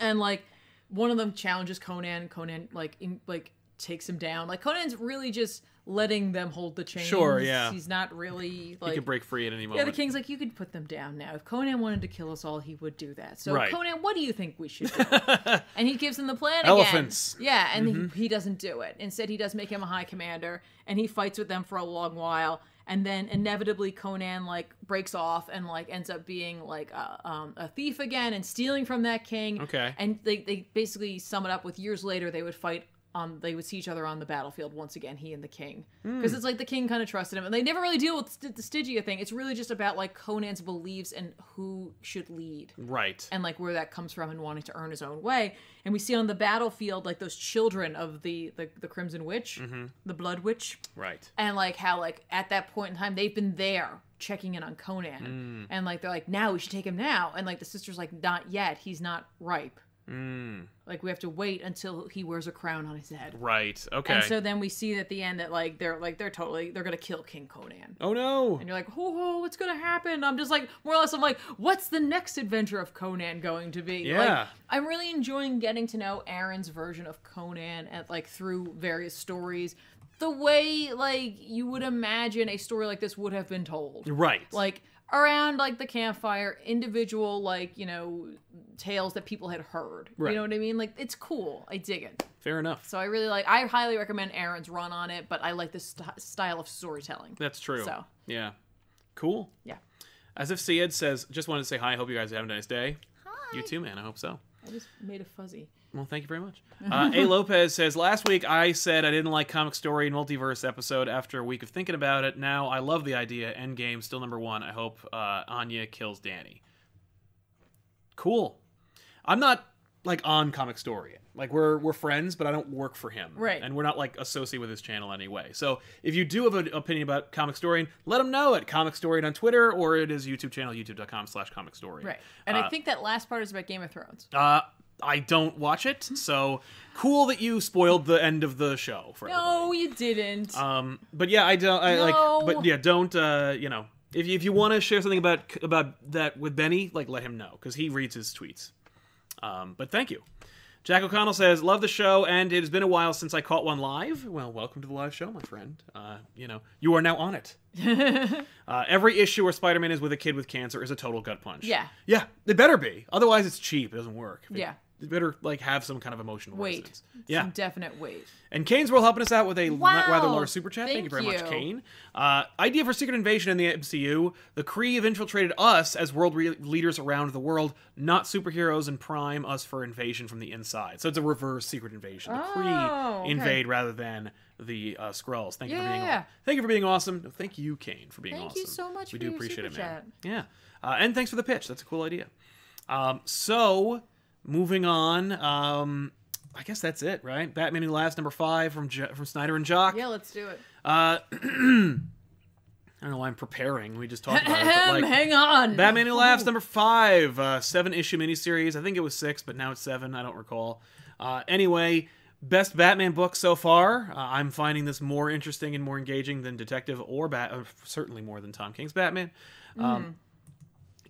C: and like one of them challenges conan conan like in, like takes him down like conan's really just letting them hold the chains
A: Sure, yeah.
C: he's not really like
A: He could break free at any
C: yeah,
A: moment.
C: the king's like, you could put them down now. If Conan wanted to kill us all, he would do that. So,
A: Right.
C: Conan, what do you think
A: <laughs>
C: we should do? and he gives him the plan again.
A: Elephants. Mm-hmm.
C: Yeah, and he, he doesn't do it. Instead, he does make him a high commander, and he fights with them for a long while. And then inevitably, Conan like breaks off and like ends up being like a, um, a thief again and stealing from that king.
A: Okay.
C: And they, they basically sum it up with years later they would fight on they would see each other on the battlefield once again he and the king because it's like the king kind of trusted him and they never really deal with st- the Stygia thing. It's really just about like Conan's beliefs and who should lead
A: Right.
C: and like where that comes from and wanting to earn his own way. And we see on the battlefield like those children of the the, the Crimson Witch, the Blood Witch,
A: Right.
C: and like how like at that point in time they've been there checking in on Conan, and like they're like now we should take him now, and like the sister's like not yet, he's not ripe.
A: Hmm.
C: Like we have to wait until he wears a crown on his head.
A: Right. Okay.
C: And so then we see at the end that like they're like they're totally they're gonna kill King Conan.
A: oh no.
C: And you're like, ho ho, what's gonna happen? I'm just like more or less I'm like, what's the next adventure of Conan going to be?
A: Yeah.
C: Like I'm really enjoying getting to know Aaron's version of Conan at like through various stories. The way like you would imagine a story like this would have been told
A: Right.
C: like around like the campfire individual like you know tales that people had heard
A: Right.
C: you know what i mean like it's cool i dig it
A: Fair enough.
C: so i really like i highly recommend aaron's run on it but i like this st- style of storytelling
A: That's true.
C: So.
A: Yeah. Cool.
C: yeah
A: As if Sied says, just wanted to say hi. Hope you guys are having a nice day. Hi. You too, man. I hope so.
C: i just made a fuzzy
A: Well, thank you very
C: <laughs>
A: much. Uh, a Lopez says, last week I said I didn't like comic story and multiverse episode after a week of thinking about it. Now I love the idea. Endgame still number one. I hope uh, Anya kills Danny. Cool. I'm not like on comic story. Like we're we're friends, but I don't work for him.
C: Right.
A: And we're not like associated with his channel anyway. So if you do have an opinion about comic story, let him know at comic story on Twitter or at his YouTube channel, youtube.com slash comic story.
C: right and i think that last part is about game of thrones
A: Uh, I don't watch it, so cool that you spoiled the end of the show for
C: no you didn't
A: everybody. Um, but yeah, I don't. I
C: No.
A: like. But yeah, don't. Uh, you know, if you, if you want to share something about about that with Benny, like let him know because he reads his tweets. Um, but thank you. Jack O'Connell says, "Love the show, and it has been a while since I caught one live. Well, welcome to the live show, my friend. Uh, you know, you are now on it.
C: <laughs>
A: uh, every issue where Spider-Man is with a kid with cancer is a total gut punch.
C: Yeah.
A: yeah, it better be. Otherwise, it's cheap. It doesn't work. It-
C: Yeah.
A: it better like have some kind of emotional
C: Wait.
A: resonance. Yeah,
C: Some definite wait
A: and Kane's World helping us out with a l-
C: Wow.
A: rather large super chat. Thank,
C: Thank
A: you very much,
C: you.
A: Kane. Uh, idea for secret invasion in the MCU. The Kree have infiltrated us as world re- leaders around the world, not superheroes, and prime us for invasion from the inside. So it's a reverse secret invasion. The Kree
C: Oh, okay.
A: invade rather than the uh, Skrulls. Thank you for
C: Yeah,
A: being
C: yeah, yeah.
A: aw- thank you for being awesome. No, thank you, Kane, for being
C: Thank
A: awesome.
C: you so much
A: We
C: for
A: do
C: your
A: appreciate
C: super
A: it, man. Yeah, uh, and thanks for the pitch. That's a cool idea. Um, so moving on, um, I guess that's it, right? Batman and Last number five from jo- from Snyder and Jock.
C: yeah let's do it
A: <clears throat> I don't know why I'm preparing. We just talked about it.
C: Ahem, <laughs>
A: But like,
C: hang on
A: Batman Who Laughs number five, uh, seven issue miniseries. I think it was six, but now it's seven. I don't recall. Uh, anyway, best Batman book so far. Uh, I'm finding this more interesting and more engaging than Detective or Bat, uh, certainly more than Tom King's Batman.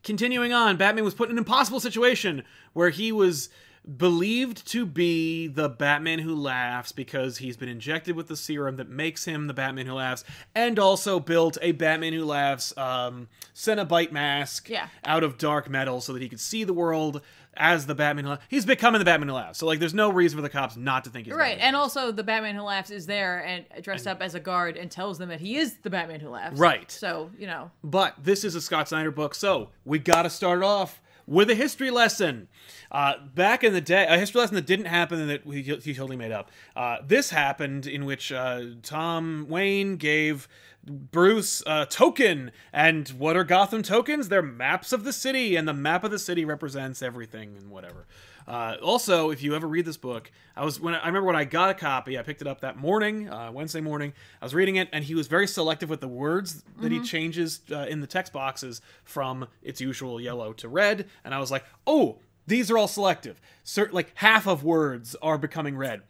A: Continuing on, Batman was put in an impossible situation where he was believed to be the Batman who laughs because he's been injected with the serum that makes him the Batman who laughs, and also built a Batman who laughs um, Cenobite mask
C: Yeah.
A: out of dark metal so that he could see the world as the Batman who laughs. He's becoming the Batman who laughs, so like there's no reason for the cops not to think he's
C: Right,
A: Batman.
C: and also the Batman who laughs is there and dressed up as a guard and tells them that he is the Batman who laughs.
A: Right.
C: So you know,
A: But this is a Scott Snyder book, so we gotta start off with a history lesson. Uh, back in the day, a history lesson that didn't happen and that he, he totally made up. Uh, this happened in which uh, Tom Wayne gave Bruce a token. And what are Gotham tokens? They're maps of the city, and the map of the city represents everything and whatever. Uh, also, if you ever read this book, I was when I, I remember when I got a copy, I picked it up that morning, uh, Wednesday morning. I was reading it, and he was very selective with the words that he changes uh, in the text boxes from its usual yellow to red. And I was like, oh, these are all selective. Cer- like half of words are becoming red.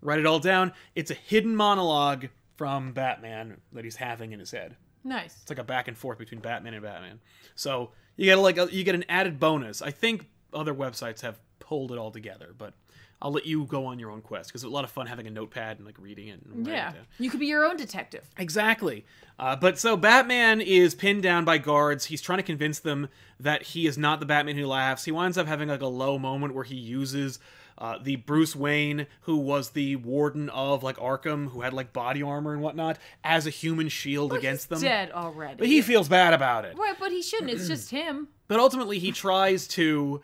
A: Write it all down. It's a hidden monologue from Batman that he's having in his head.
C: nice.
A: It's like a back and forth between Batman and Batman. So you get like a, you get an added bonus. I think other websites have pulled it all together, but I'll let you go on your own quest because it's a lot of fun having a notepad and like reading it. And writing it
C: Yeah,
A: down.
C: you could be your own detective.
A: Exactly. Uh, but so Batman is pinned down by guards. He's trying to convince them that he is not the Batman who laughs. He winds up having like a low moment where he uses uh, the Bruce Wayne, who was the warden of like Arkham, who had like body armor and whatnot, as a human shield against them.
C: Dead already.
A: But he feels bad about it.
C: right, but he shouldn't. It's
A: <clears throat>
C: just him.
A: But ultimately, he tries to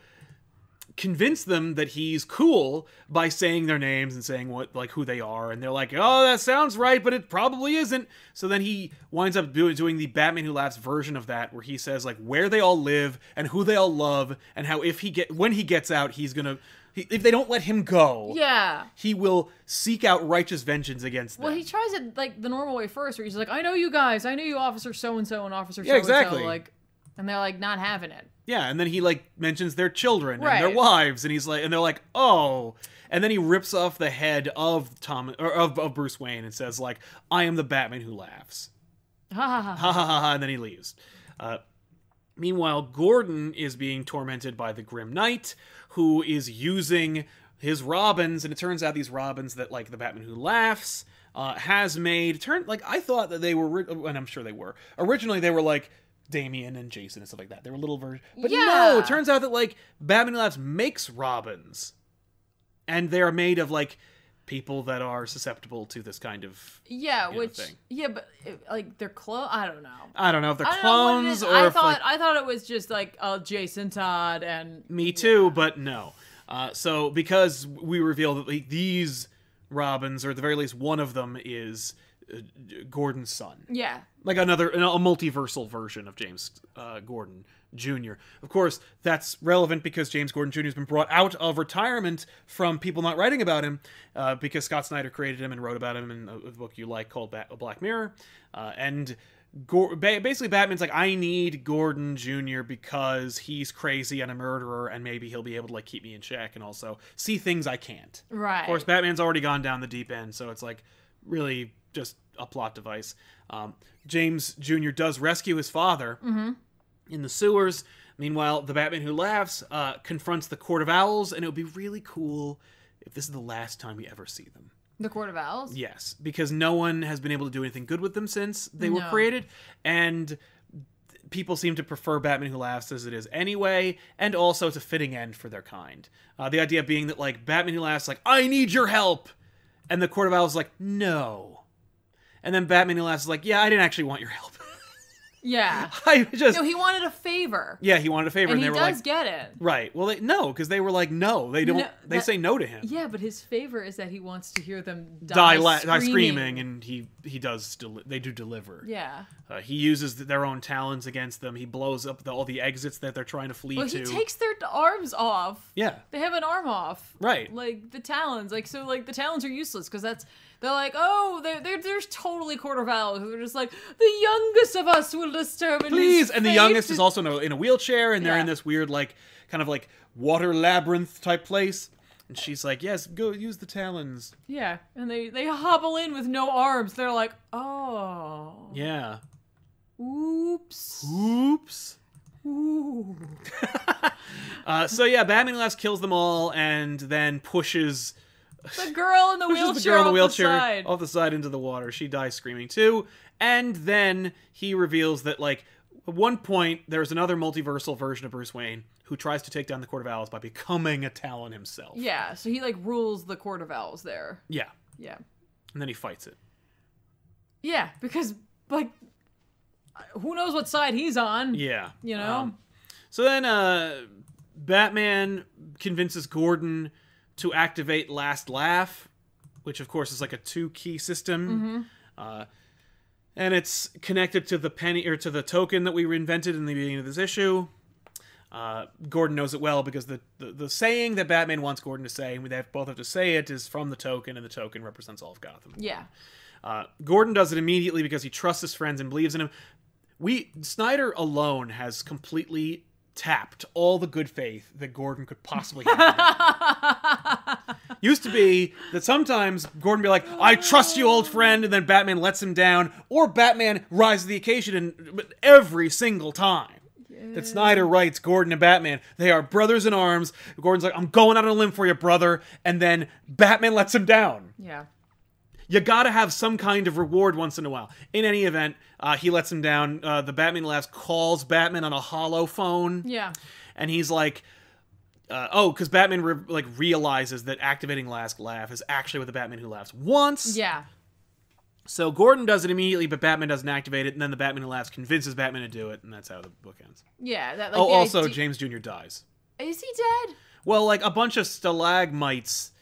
A: convince them that he's cool by saying their names and saying what like who they are and they're like oh that sounds right but it probably isn't so then he winds up do- doing the batman who laughs version of that where he says like where they all live and who they all love and how if he get when he gets out he's gonna he, if they don't let him go
C: Yeah.
A: he will seek out righteous vengeance against them
C: Well, he tries it like the normal way first, where he's like, "I know you guys. I know you, Officer So and So and Officer So
A: Yeah,
C: and So."
A: exactly.
C: Like, and they're like not having it.
A: Yeah, and then he like mentions their children and
C: Right.
A: their wives, and he's like, and they're like, oh. And then he rips off the head of Tom or of, of Bruce Wayne and says like, I am the Batman who laughs.
C: Ha ha ha.
A: Ha ha ha ha. And then he leaves. Uh, meanwhile, Gordon is being tormented by the Grim Knight, who is using his robins, and it turns out these robins that like the Batman who laughs. Uh, has made turn like I thought that they were, ri- oh, and I'm sure they were originally. They were like Damien and Jason and stuff like that. They were little versions, but no,
C: Yeah.
A: it turns out that like Batman Who Laughs makes robins, and they are made of like people that are susceptible to this kind of.
C: Yeah,
A: know,
C: which
A: thing.
C: yeah, but it, like they're close. I don't know.
A: I don't know if they're
C: I don't know
A: clones
C: what it is.
A: or
C: I
A: if
C: thought
A: like,
C: I thought it was just like uh, Jason Todd and
A: Me too, but no. Uh, so because we reveal that like, these Robins, or at the very least one of them, is uh, Gordon's son,
C: yeah.
A: like another a multiversal version of James uh, Gordon Jr. Of course, that's relevant because James Gordon Jr. has been brought out of retirement from people not writing about him uh, because Scott Snyder created him and wrote about him in a, a book you like called ba- Black Mirror, uh, and. Gor- ba- basically, Batman's like, I need Gordon Jr. because he's crazy and a murderer, and maybe he'll be able to like keep me in check and also see things I can't.
C: Right.
A: Of course, Batman's already gone down the deep end, so it's like really just a plot device. Um, James Jr. does rescue his father in the sewers. Meanwhile, the Batman who laughs uh, confronts the Court of Owls, and it would be really cool if this is the last time we ever see them.
C: the Court of Owls.
A: Yes, because no one has been able to do anything good with them since they were
C: No.
A: created, and people seem to prefer Batman Who Laughs as it is anyway. And also, it's a fitting end for their kind. Uh, the idea being that like Batman Who Laughs, like I need your help, and the Court of Owls is like no, and then Batman Who Laughs is like yeah, I didn't actually want your help. <laughs>
C: Yeah.
A: I just
C: No, he wanted a favor,
A: yeah, he wanted a favor, and,
C: and he
A: they
C: does
A: were like
C: get it.
A: right. Well, they no, because they were like no, they don't.
C: No,
A: they
C: that-
A: say no to him.
C: Yeah, but his favor is that he wants to hear them
A: Die,
C: die,
A: la-
C: screaming.
A: die screaming, and he he does deli- they do deliver.
C: Yeah.
A: Uh, he uses th- their own talons against them. He blows up the, all the exits that they're trying to flee
C: Well,
A: to.
C: he takes their arms off.
A: yeah,
C: They have an arm off.
A: right.
C: Like the talons, like so, like the talons are useless because that's they're like, oh, they're they're there's totally quarter vowels. They're just like the youngest of us will disturb. in his
A: Please, and the
C: fate."
A: youngest is also in a, in a wheelchair, and they're
C: Yeah.
A: in this weird, like, kind of like water labyrinth type place. And she's like, "Yes, go use the talons."
C: Yeah, and they they hobble in with no arms. They're like, oh,
A: Yeah.
C: oops,
A: Oops.
C: ooh,
A: Uh, so yeah, Batman Laughs kills them all, and then pushes
C: the girl in the
A: pushes
C: wheelchair,
A: the girl in the
C: off
A: wheelchair Oh.
C: side.
A: off the side into the water. She dies screaming too. And then he reveals that, like, at one point, there's another multiversal version of Bruce Wayne who tries to take down the Court of Owls by becoming a Talon himself.
C: Yeah, so he like rules the court of owls there.
A: Yeah.
C: Yeah,
A: And then he fights it.
C: yeah, because like, who knows what side he's on?
A: Yeah.
C: You know,
A: Um, so then uh, Batman convinces Gordon to activate Last Laugh, which, of course, is like a two key system. Uh, and it's connected to the penny or to the token that we invented in the beginning of this issue. Uh, Gordon knows it well because the, the the saying that Batman wants Gordon to say, and we have- both have to say it, is from the token, and the token represents all of Gotham.
C: yeah,
A: Uh, Gordon does it immediately because he trusts his friends and believes in him. We Snyder alone has completely tapped all the good faith that Gordon could possibly have. Used to be that sometimes Gordon be like, "I trust you, old friend," and then Batman lets him down, or Batman rises to the occasion. And but every single time that Snyder writes Gordon and Batman, they are brothers in arms. Gordon's like, "I'm going out on a limb for you, brother," and then Batman lets him down
C: yeah.
A: you gotta have some kind of reward once in a while. In any event, uh, he lets him down. Uh, the Batman last calls Batman on a hollow phone,
C: Yeah.
A: and he's like, uh, "Oh, because Batman re- like realizes that activating last laugh is actually what the Batman who laughs wants."
C: Yeah.
A: So Gordon does it immediately, but Batman doesn't activate it, and then the Batman who laughs convinces Batman to do it, and that's how the book ends.
C: Yeah. That, like,
A: oh,
C: the
A: also
C: idea-
A: James Jr. dies.
C: is he dead?
A: Well, like a bunch of stalagmites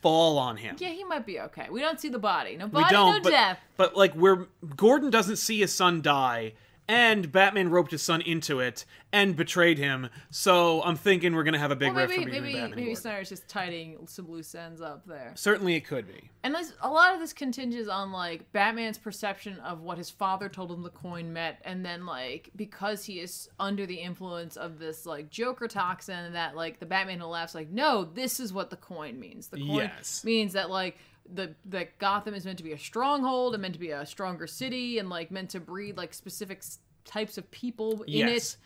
A: fall on him.
C: Yeah, he might be okay. We don't see the body. No
A: we
C: body,
A: don't
C: no
A: but,
C: death.
A: but like we're gordon doesn't see his son die and Batman roped his son into it and betrayed him. So I'm thinking we're gonna have a big
C: Well,
A: rift
C: maybe
A: from between
C: maybe
A: Batman and
C: maybe
A: Gordon.
C: Snyder's just tidying some loose ends up there.
A: Certainly, it could be.
C: And this, a lot of this continges on like Batman's perception of what his father told him the coin meant, and then like because he is under the influence of this like Joker toxin, that like the Batman who laughs like, no, this is what the coin means. The coin
A: Yes.
C: means that like the that Gotham is meant to be a stronghold and meant to be a stronger city and like meant to breed like specific s- types of people in
A: yes.
C: it.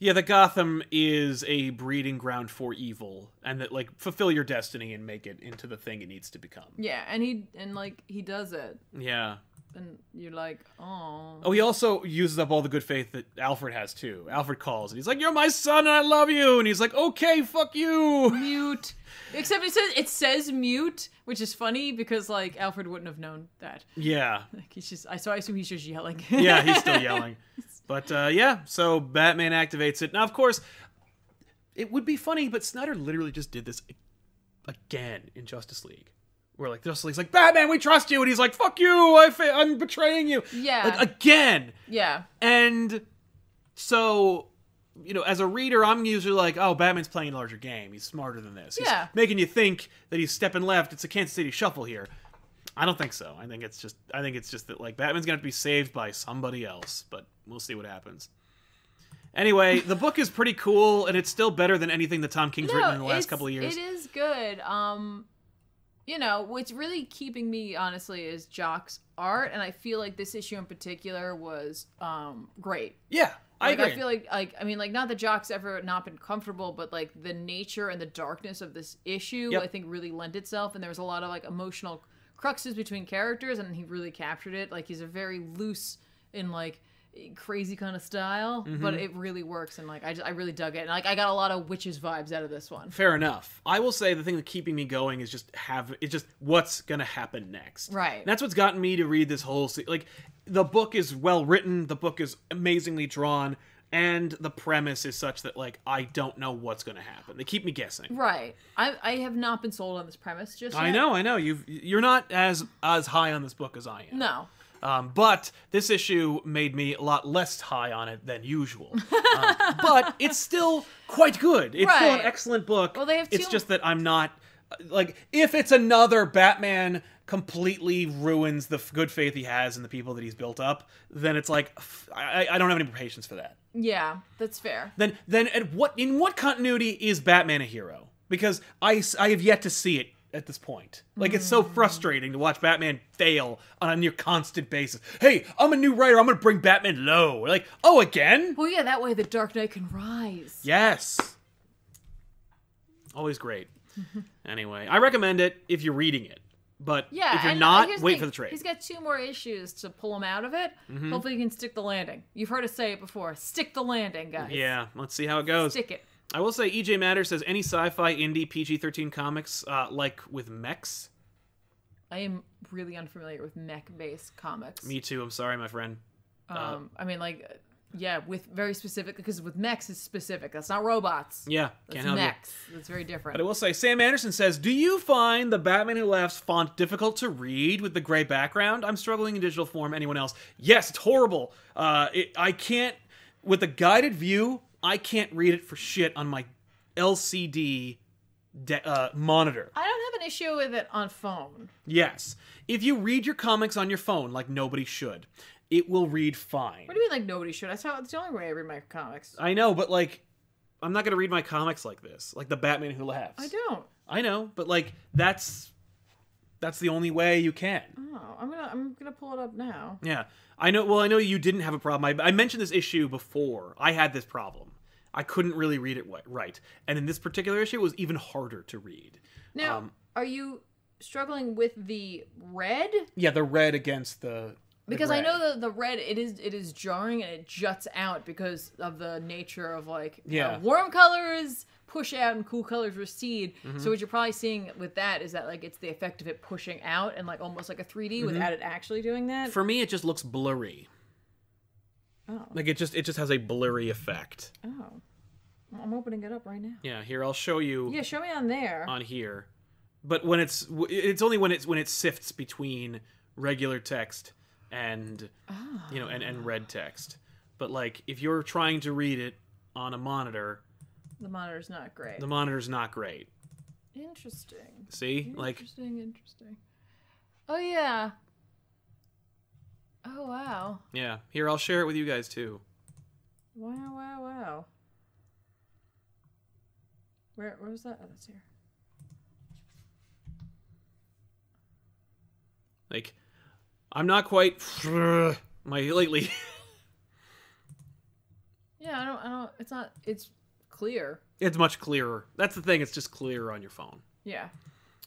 A: Yeah, that Gotham is a breeding ground for evil, and that like fulfill your destiny and make it into the thing it needs to become.
C: Yeah, and he and like he does it,
A: Yeah.
C: and you're like, oh,
A: Oh, he also uses up all the good faith that Alfred has too. Alfred calls and he's like, "You're my son, and I love you," and he's like, "Okay, fuck you." <laughs>
C: mute. Except it says it says mute, which is funny because like Alfred wouldn't have known that.
A: Yeah.
C: Like he's just I so I assume he's just yelling.
A: yeah, he's
C: <laughs>
A: still yelling. But uh, yeah, so Batman activates it. Now, of course, it would be funny, but Snyder literally just did this a- again in Justice League. Where like Justice League's like, Batman, we trust you, and he's like, fuck you, I fa- I'm betraying you.
C: Yeah.
A: Like, again.
C: yeah.
A: And so, you know, as a reader, I'm usually like, oh, Batman's playing a larger game. He's smarter than this. He's
C: Yeah.
A: making you think that he's stepping left. It's a Kansas City shuffle here. I don't think so. I think it's just I think it's just that like Batman's gonna have to be saved by somebody else, but we'll see what happens. Anyway, the book is pretty cool, and it's still better than anything that Tom King's written in the last
C: it's-
A: couple of years.
C: It is good. Um you know, what's really keeping me honestly is Jock's art and I feel like this issue in particular was um great.
A: Yeah, I
C: Like,
A: agree.
C: I feel like like I mean like not that Jock's ever not been comfortable, but like the nature and the darkness of this issue
A: Yep.
C: I think really lent itself and there was a lot of like emotional cruxes between characters and he really captured it. Like he's a very loose and like crazy kind of style,
A: Mm-hmm.
C: but it really works and like I just, I really dug it. And like I got a lot of witches vibes out of this one.
A: Fair enough. I will say the thing that keeping me going is just have it's just what's gonna happen next.
C: Right.
A: And that's what's gotten me to read this whole se- like the book is well written, the book is amazingly drawn, and the premise is such that like I don't know what's gonna happen. They keep me guessing.
C: Right. I I have not been sold on this premise just
A: I
C: yet.
A: know, I know. You you're not as as high on this book as I am.
C: No.
A: Um, but this issue made me a lot less high on it than usual.
C: <laughs>
A: Um, but it's still quite good. It's still an
C: Right.
A: excellent book.
C: Well, they have
A: it's
C: two-
A: just that I'm not uh, like if it's another Batman completely ruins the f- good faith he has in the people that he's built up, then it's like f- I, I don't have any patience for that.
C: Yeah, that's fair.
A: Then then at what in what continuity is Batman a hero? Because I s- I have yet to see it at this point. Like it's
C: Hmm.
A: so frustrating to watch Batman fail on a near constant basis. Hey, I'm a new writer. I'm gonna bring Batman low. Like oh again?
C: Well, yeah, that way the Dark Knight can rise.
A: Yes. Always
C: <laughs>
A: great. anyway, I recommend it if you're reading it. But
C: Yeah,
A: if you're
C: and, uh,
A: not,
C: here's
A: wait
C: thing.
A: for the trade. Mm-hmm.
C: He's got two more issues to pull him out of it. Hopefully, he can stick the landing. You've heard us say it before. Stick the landing, guys.
A: yeah, let's see how it goes.
C: Stick it.
A: I will say EJ Matter says any sci-fi indie PG-13 comics uh, like with mechs
C: I am really unfamiliar with mech-based comics.
A: Me too. I'm sorry, my friend.
C: um, I mean, like, uh, yeah, with very specific because with mechs is specific. That's not robots.
A: Yeah,
C: That's
A: can't help you.
C: mechs. That's very different.
A: But I will say, Sam Anderson says, "Do you find the Batman Who Laughs font difficult to read with the gray background? I'm struggling in digital form. Anyone else? Yes, it's horrible. Uh, it, I can't with a guided view. I can't read it for shit on my LCD de- uh, monitor.
C: I don't have an issue with it on phone.
A: Yes, if you read your comics on your phone like nobody should, it will read fine.
C: What do you mean, like nobody should? That's how. That's the only way I read my comics.
A: I know, but like, I'm not gonna read my comics like this, like the Batman Who Laughs.
C: I don't.
A: I know, but like that's that's the only way you can.
C: Oh, I'm gonna. I'm gonna pull it up now.
A: Yeah. I know well I know you didn't have a problem. I, I mentioned this issue before. I had this problem. I couldn't really read it wi- right. And in this particular issue it was even harder to read.
C: Now,
A: Um,
C: are you struggling with the red?
A: Yeah, the red against the the
C: Because I
A: gray.
C: know the the red it is it is jarring and it juts out because of the nature of like you know,
A: Yeah.
C: warm colors push out and cool colors recede.
A: Mm-hmm.
C: So what you're probably seeing with that is that like it's the effect of it pushing out and like almost like a 3D without it actually doing that.
A: Mm-hmm. for me it just looks blurry.
C: Oh.
A: Like it just it just has a blurry effect.
C: oh, I'm opening it up right now.
A: Yeah, here I'll show you
C: Yeah, show me on there.
A: on here. But when it's w- it's only when it's when it sifts
C: Ah,
A: between regular text and you know and, and red text. but like if you're trying to read it on a monitor,
C: The monitor's not great.
A: the monitor's not great.
C: Interesting.
A: See? Like
C: interesting, interesting. Oh yeah. Oh wow.
A: yeah. Here I'll share it with you guys too.
C: Wow, wow, wow. Where where was that? Oh, that's here.
A: Like I'm not quite <sighs> my lately <laughs>
C: Yeah, I don't I don't it's not it's clear.
A: it's much clearer. That's the thing, it's just clearer on your phone.
C: Yeah.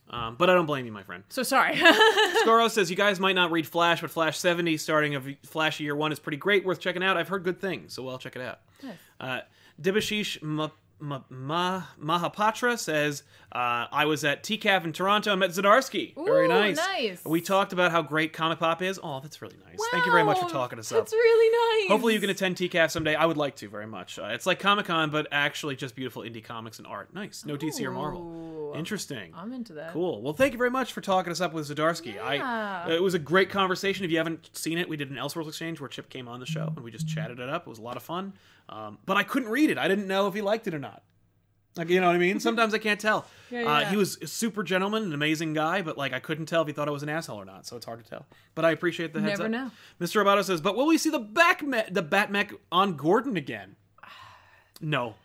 A: Um, but I don't blame you, my friend.
C: So <laughs> sorry.
A: Scoro says you guys might not read Flash, but Flash 70, starting of Flash Year One, is pretty great, worth checking out. I've heard good things, so I'll check it out.
C: Nice.
A: Uh, Dibashish Ma- Ma- Ma- Mahapatra says uh, I was at TCAF in Toronto. I met Zadarsky. Very
C: Ooh,
A: nice.
C: nice.
A: We talked about how great Comic Pop is. Oh, that's really nice. Thank you very much for
C: Wow,
A: talking us up.
C: That's really nice.
A: Hopefully you can attend TCAF someday. I would like to very much. Uh, it's like Comic Con, but actually just beautiful indie comics and art. Nice. No DC or Marvel.
C: Ooh,
A: Interesting.
C: I'm into that.
A: Cool. Well, thank you very much for talking us up with Zadarsky. I uh,
C: Yeah.
A: it was a great conversation. If you haven't seen it, we did an Elseworlds exchange where Chip came on the show and we just chatted it up. It was a lot of fun. Um, but I couldn't read it. I didn't know if he liked it or not. Like you know what I
C: <laughs>
A: mean? Sometimes I can't tell.
C: Yeah,
A: Uh,
C: yeah.
A: he was a super gentleman, an amazing guy, but like I couldn't tell if he thought I was an asshole or not. So it's hard to tell. But I appreciate the heads
C: Never
A: up.
C: know.
A: Mr. Roboto says, "But will we see the back me- the Batmech on Gordon again?" <sighs> No.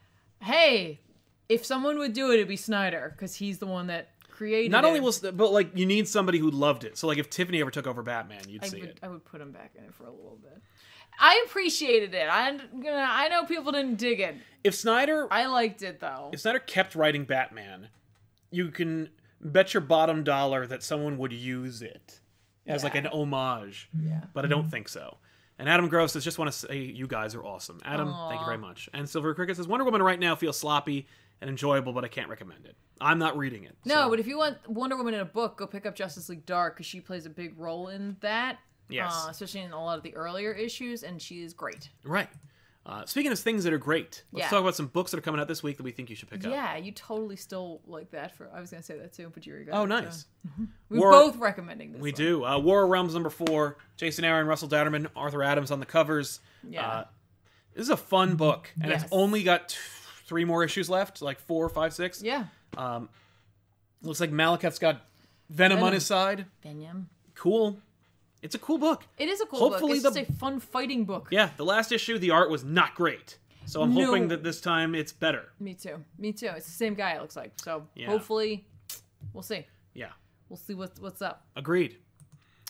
C: Hey, if someone would do it, it'd be Snyder, because he's the one that created
A: Not
C: it.
A: only will, but like you need somebody who loved it. So like if Tiffany ever took over Batman, you'd
C: I
A: see
C: would,
A: it.
C: I would put him back in it for a little bit. I appreciated it. I'm gonna. I know people didn't dig it.
A: If Snyder,
C: I liked it though.
A: if Snyder kept writing Batman, you can bet your bottom dollar that someone would use it as like an homage.
C: Yeah. Mm-hmm.
A: But I don't think so. And Adam Gross says, just want to say you guys are awesome. Adam, thank you very much. And Silver Cricket says, Wonder Woman right now feels sloppy and enjoyable, but I can't recommend it. I'm not reading it.
C: No,
A: so-
C: but if you want Wonder Woman in a book, go pick up Justice League Dark because she plays a big role in that.
A: Yes.
C: Uh, especially in a lot of the earlier issues, and she is great.
A: Right. Uh, speaking of things that are great, let's
C: Yeah.
A: talk about some books that are coming out this week that we think you should pick up.
C: Yeah, you totally still like that. For I was gonna say that too, but you were
A: Oh, nice.
C: We're
A: War-
C: both recommending Uh, this.
A: We
C: one.
A: do. Uh, War of Realms number four. Jason Aaron, Russell Datterman, Arthur Adams on the covers.
C: Yeah.
A: Uh, this is a fun book, and
C: Yes.
A: it's only got t- three more issues left, like four, five, six.
C: Yeah,
A: Looks like Malekith's got Venom, on
C: Venom.
A: his side.
C: Benjamin.
A: Cool. It's a cool book.
C: It is a cool
A: Hopefully
C: book. It's
A: the-
C: just a fun fighting book.
A: Yeah, the last issue, the art was not great. So I'm
C: No.
A: hoping that this time it's better.
C: Me too. Me too. It's the same guy. It looks like. So
A: Yeah.
C: hopefully, we'll see.
A: Yeah,
C: We'll see what's what's up.
A: agreed.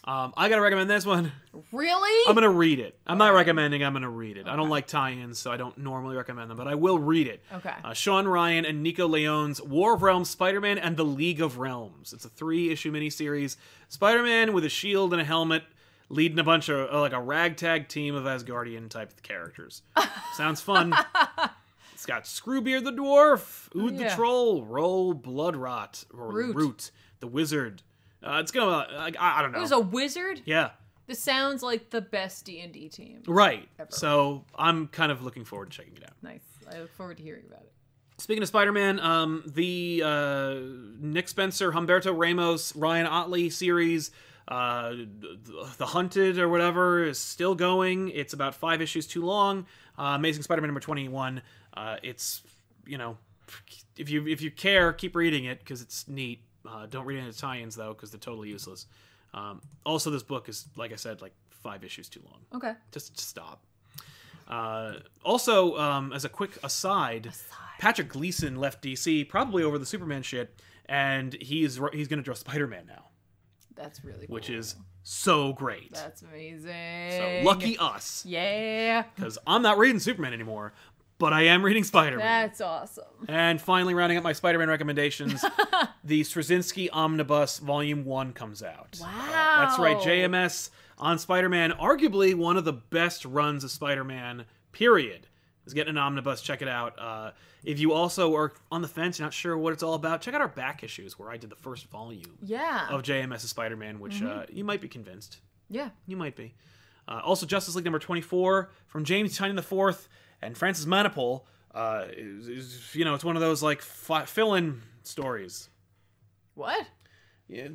A: Um, I gotta recommend this one. <laughs>
C: Really?
A: I'm gonna read it. I'm not recommending. I'm gonna read it. I don't like tie-ins, so I don't normally recommend them, but I will read it.
C: Okay.
A: Uh, Sean Ryan and Nico Leone's War of Realms, Spider-Man and the League of Realms. It's a three-issue miniseries. Spider-Man with a shield and a helmet, leading a bunch of uh, like a ragtag team of Asgardian type
C: <laughs>
A: characters. Sounds fun. It's got Screwbeard the dwarf, Ood the
C: yeah.
A: troll, Roll Bloodrot, or
C: Root.
A: Root, the wizard. Uh, it's gonna. Uh, I, I don't know.
C: it was a wizard.
A: yeah.
C: This sounds like the best D and D team.
A: Right. So I'm kind of looking forward to checking it out.
C: Nice. I look forward to hearing about it.
A: Speaking of Spider-Man, um, the uh, Nick Spencer, Humberto Ramos, Ryan Otley series, uh, The Hunted or whatever, is still going. It's about five issues too long. Uh, Amazing Spider-Man number twenty-one. Uh, it's you know, if you if you care, keep reading it because it's neat. Uh, don't read any of the tie-ins though because they're totally useless. Um, also, this book is like I said, like five issues too long.
C: Okay.
A: Just stop. Uh, also, um, as a quick aside, Patrick Gleason left DC probably over the Superman shit, and he's he's going to draw Spider Man now,
C: That's really cool.
A: which is so great.
C: That's
A: so
C: amazing.
A: lucky us,
C: Yeah.
A: because I'm not reading Superman anymore, but I am reading Spider Man.
C: That's awesome.
A: And finally, rounding up my Spider Man
C: <laughs>
A: recommendations, the Straczynski Omnibus Volume One comes out.
C: Wow.
A: That's right, JMS on Spider Man, arguably one of the best runs of Spider Man, period. Is getting an omnibus. Check it out. Uh, if you also are on the fence, you're not sure what it's all about, check out our back issues where I did the first volume
C: Yeah.
A: of JMS Spider Man, which uh, you might be convinced.
C: yeah.
A: You might be. Uh, also, Justice League number 24 from James Tynion the Fourth and Francis Manipal. Uh, is, is, you know, it's one of those like fi- fill in stories.
C: What?
A: Yeah,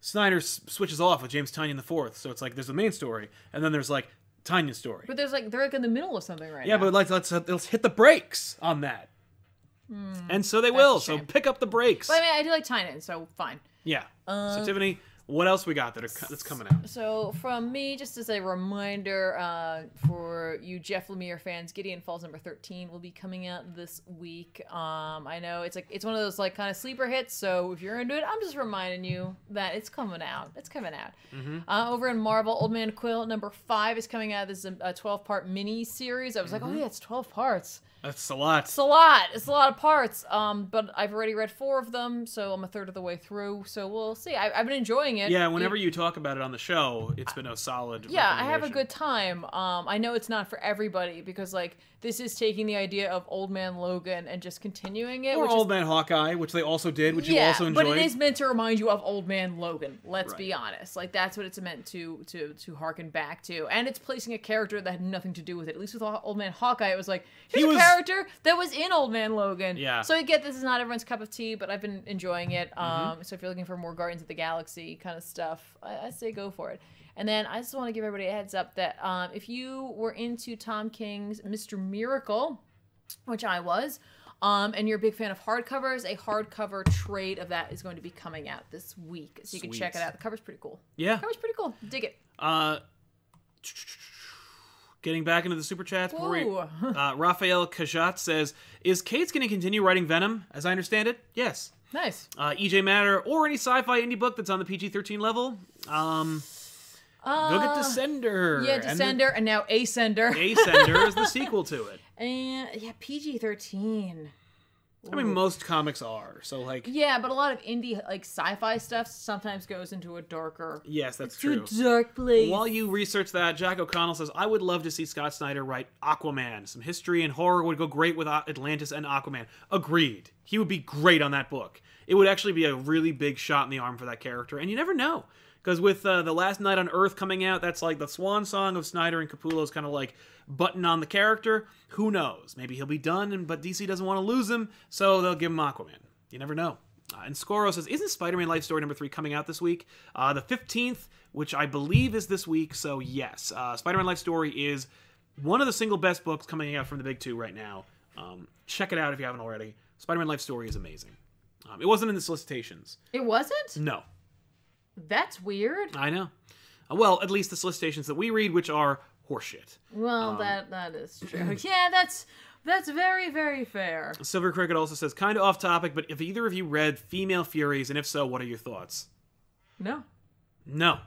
A: Snyder s- switches off with James Tynion the fourth, so it's like there's the main story, and then there's like Tanya's story.
C: But there's like they're like in the middle of something right
A: yeah,
C: now.
A: but like let's uh, let's hit the brakes on that. and so they will. So
C: Hmm, shame.
A: pick up the brakes.
C: But I mean, I do like Tynan, so fine.
A: yeah.
C: Uh,
A: so Tiffany, what else we got that are, co- that's coming out?
C: So from me, just as a reminder uh, for you Jeff Lemire fans, Gideon Falls number thirteen will be coming out this week. Um, I know it's like it's one of those like kind of sleeper hits. So if you're into it, I'm just reminding you that it's coming out. It's coming out.
A: Mm-hmm.
C: Uh, over in Marvel, Old Man Quill number five is coming out. This is a- a twelve part mini series. I was like, oh
A: Mm-hmm.
C: yeah, it's twelve parts.
A: That's a lot.
C: It's a lot. It's a lot of parts. Um, but I've already read four of them, so I'm a third of the way through. So we'll see. I, I've been enjoying it.
A: yeah, whenever you talk about it on the show, it's been a solid.
C: yeah, I have a
A: recommendation.
C: good time. Um, I know it's not for everybody because like this is taking the idea of Old Man Logan and just continuing it.
A: Or
C: which
A: Old
C: is,
A: Man Hawkeye, which they also did, which you
C: yeah,
A: also enjoyed.
C: but it is meant to remind you of Old Man Logan. Let's be honest, like that's what it's meant to to to harken back to, and it's placing a character that had nothing to do with it. At least with Ho- Old Man Hawkeye, it was like here's
A: He
C: a
A: was-
C: character that was in Old Man Logan.
A: Yeah.
C: So I get this is not everyone's cup of tea, but I've been enjoying it.
A: Mm-hmm.
C: Um, so if you're looking for more Guardians of the Galaxy kind of stuff, I, I say go for it. And then I just want to give everybody a heads up that um, if you were into Tom King's Mr. Miracle, which I was, um, and you're a big fan of hardcovers, a hardcover trade of that is going to be coming out this week, so you can check it
A: Sweet.
C: out. The cover's pretty cool. <laughs>
A: yeah.
C: Cover's pretty cool. Dig it.
A: Uh, getting back into the super chats. before we-
C: Whoa.
A: uh, Raphael Kajat says, "Is Kate's going to continue writing Venom? As I understand it, yes.
C: <laughs> Nice.
A: Uh, EJ Matter or any sci-fi indie book that's on the PG-13 level. Um,
C: Uh,
A: go get Descender.
C: Yeah, Descender, and now Ascender.
A: And Ascender is the sequel to it.
C: <laughs> And yeah, PG thirteen.
A: I
C: <laughs>
A: mean, most comics are. So, like,
C: Yeah, but a lot of indie like sci-fi stuff sometimes goes into a darker,
A: yes, that's
C: too
A: true.
C: dark place.
A: While you research that, Jack O'Connell says, I would love to see Scott Snyder write Aquaman. Some history and horror would go great with A- Atlantis and Aquaman. Agreed. He would be great on that book. It would actually be a really big shot in the arm for that character, and you never know. Because with uh, The Last Night on Earth coming out, that's like the swan song of Snyder and Capullo's kind of like button on the character. Who knows? Maybe he'll be done, and but DC doesn't want to lose him, so they'll give him Aquaman. You never know. Uh, and Scoro says, "Isn't Spider-Man Life Story number three coming out this week? Uh, the fifteenth, which I believe is this week. So yes, uh, Spider-Man Life Story is one of the single best books coming out from the big two right now. Um, check it out if you haven't already. Spider-Man Life Story is amazing. Um, it wasn't in the solicitations.
C: it wasn't.
A: No,
C: That's weird.
A: I know. Uh, well, at least the solicitations that we read, which are horseshit. Um,
C: Well, that that is
A: <clears throat>
C: true. yeah, that's that's very very fair.
A: Silver Cricket also says, kind of off topic, but if either of you read Female Furies, and if so, what are your thoughts?
C: No,
A: No.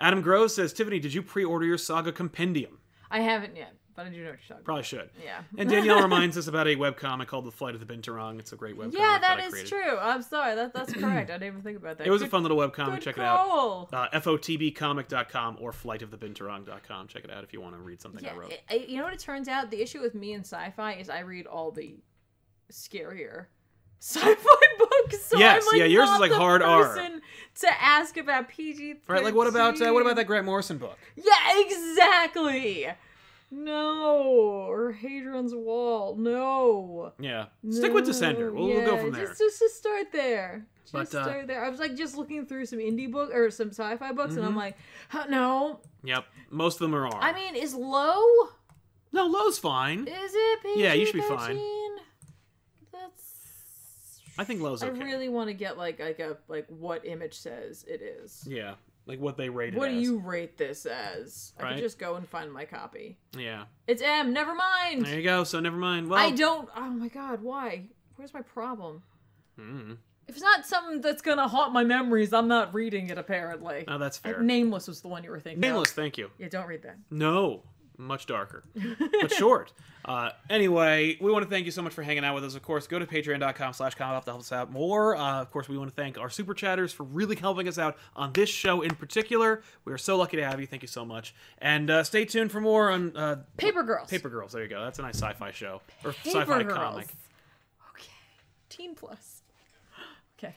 A: Adam Groves says, Tiffany, did you pre order your saga compendium?
C: I haven't yet, but I do know what you're talking. about.
A: Probably should.
C: Yeah.
A: And
C: <laughs>
A: Danielle reminds us about a webcomic called The Flight of the Binturong. It's a great webcomic.
C: Yeah, that
A: I
C: is
A: created.
C: true. I'm sorry. That
A: <clears throat>
C: that's correct. I didn't even think about that.
A: It was a
C: Good-
A: fun little webcomic.
C: good
A: Check
C: call.
A: it out. Uh, FOTBcomic.com or flightofthebinturong.com. Check it out if you want to read something I
C: Yeah,
A: wrote.
C: it- I- you know what it turns out? The issue with me and sci-fi is I read all the scarier <laughs> sci-fi books. So
A: Yes,
C: I'm like
A: yeah, yours is
C: not
A: like
C: the
A: hard R.
C: person To ask about PG.
A: Right, like what about uh, what about that Grant Morrison book?
C: Yeah, exactly. No, or Hadron's Wall. No.
A: Yeah, stick with
C: No.
A: Descender. We'll, we'll go
C: Yeah,
A: from there.
C: Just, just, just start there. Just
A: But, uh,
C: start there. I was like just looking through some indie book or some sci-fi books, and I'm
A: Mm-hmm.
C: like, huh, no.
A: Yep, most of them are R.
C: I mean, is low?
A: no, Lowe's fine.
C: Is it PG?
A: Yeah, you should be fine.
C: That's.
A: I think Lowe's okay.
C: I really want to get like like a like what image says it is.
A: Yeah, like what they rated.
C: What
A: as.
C: do you rate this as? I
A: Right.
C: could just go and find my copy.
A: Yeah,
C: It's M. Never mind.
A: there you go. So never mind. Well,
C: I don't. Oh my god, why? Where's my problem?
A: Mm.
C: If it's not something that's gonna haunt my memories, I'm not reading it. Apparently, Uh,
A: No, that's Oh, fair.
C: Nameless was the one you were thinking. of.
A: Nameless, thank you.
C: Yeah, don't read that.
A: No, much darker, but
C: <laughs>
A: short. Uh, anyway, we want to thank you so much for hanging out with us. Of course, go to patreon.com slash comic Pop to help us out more. Uh, of course, we want to thank our super chatters for really helping us out on this show in particular. We are so lucky to have you. Thank you so much. And uh, stay tuned for more on uh,
C: Paper Girls.
A: Paper Girls. There you go. That's a nice sci fi show or
C: Paper
A: sci fi
C: Girls.
A: comic.
C: Okay. Teen Plus. Okay.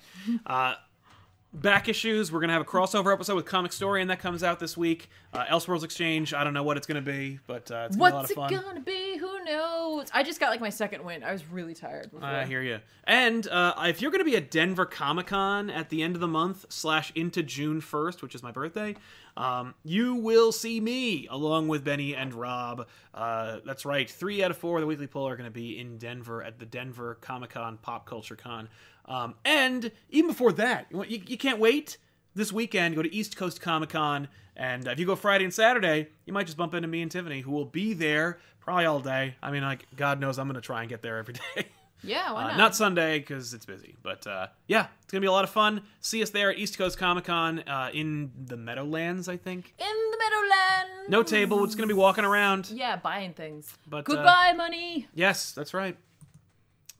A: back issues. We're gonna have a crossover episode with Comic Story, and that comes out this week. Uh, Elseworlds Exchange. I don't know what it's gonna be, but uh, it's gonna be a lot
C: What's
A: of
C: it
A: fun.
C: gonna be?
B: who knows? I just got like my second win. I was really tired. Before.
A: I hear you. And uh, if you're going to be at Denver Comic Con at the end of the month slash into June 1st, which is my birthday, um, you will see me along with Benny and Rob. Uh, that's right. Three out of four of the weekly poll are going to be in Denver at the Denver Comic Con Pop Culture Con. Um, and even before that, you, want- you, you can't wait. This weekend, go to East Coast Comic Con. And if you go Friday and Saturday, you might just bump into me and Tiffany, who will be there probably all day. I mean, like, God knows I'm going to try and get there every <laughs> day.
B: Yeah, why
A: Uh,
B: not?
A: not Sunday because it's busy, but uh, yeah, it's gonna be a lot of fun. See us there at East Coast Comic Con uh, in the Meadowlands, I think.
B: In the Meadowlands.
A: No table, it's gonna be walking around.
B: Yeah, buying things.
A: But, uh,
B: Goodbye, money.
A: Yes, that's right.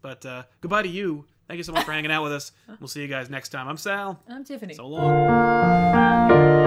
A: But uh, goodbye to you. Thank you so much for hanging out with us. We'll see you guys next time. I'm Sal.
B: I'm Tiffany.
A: So long.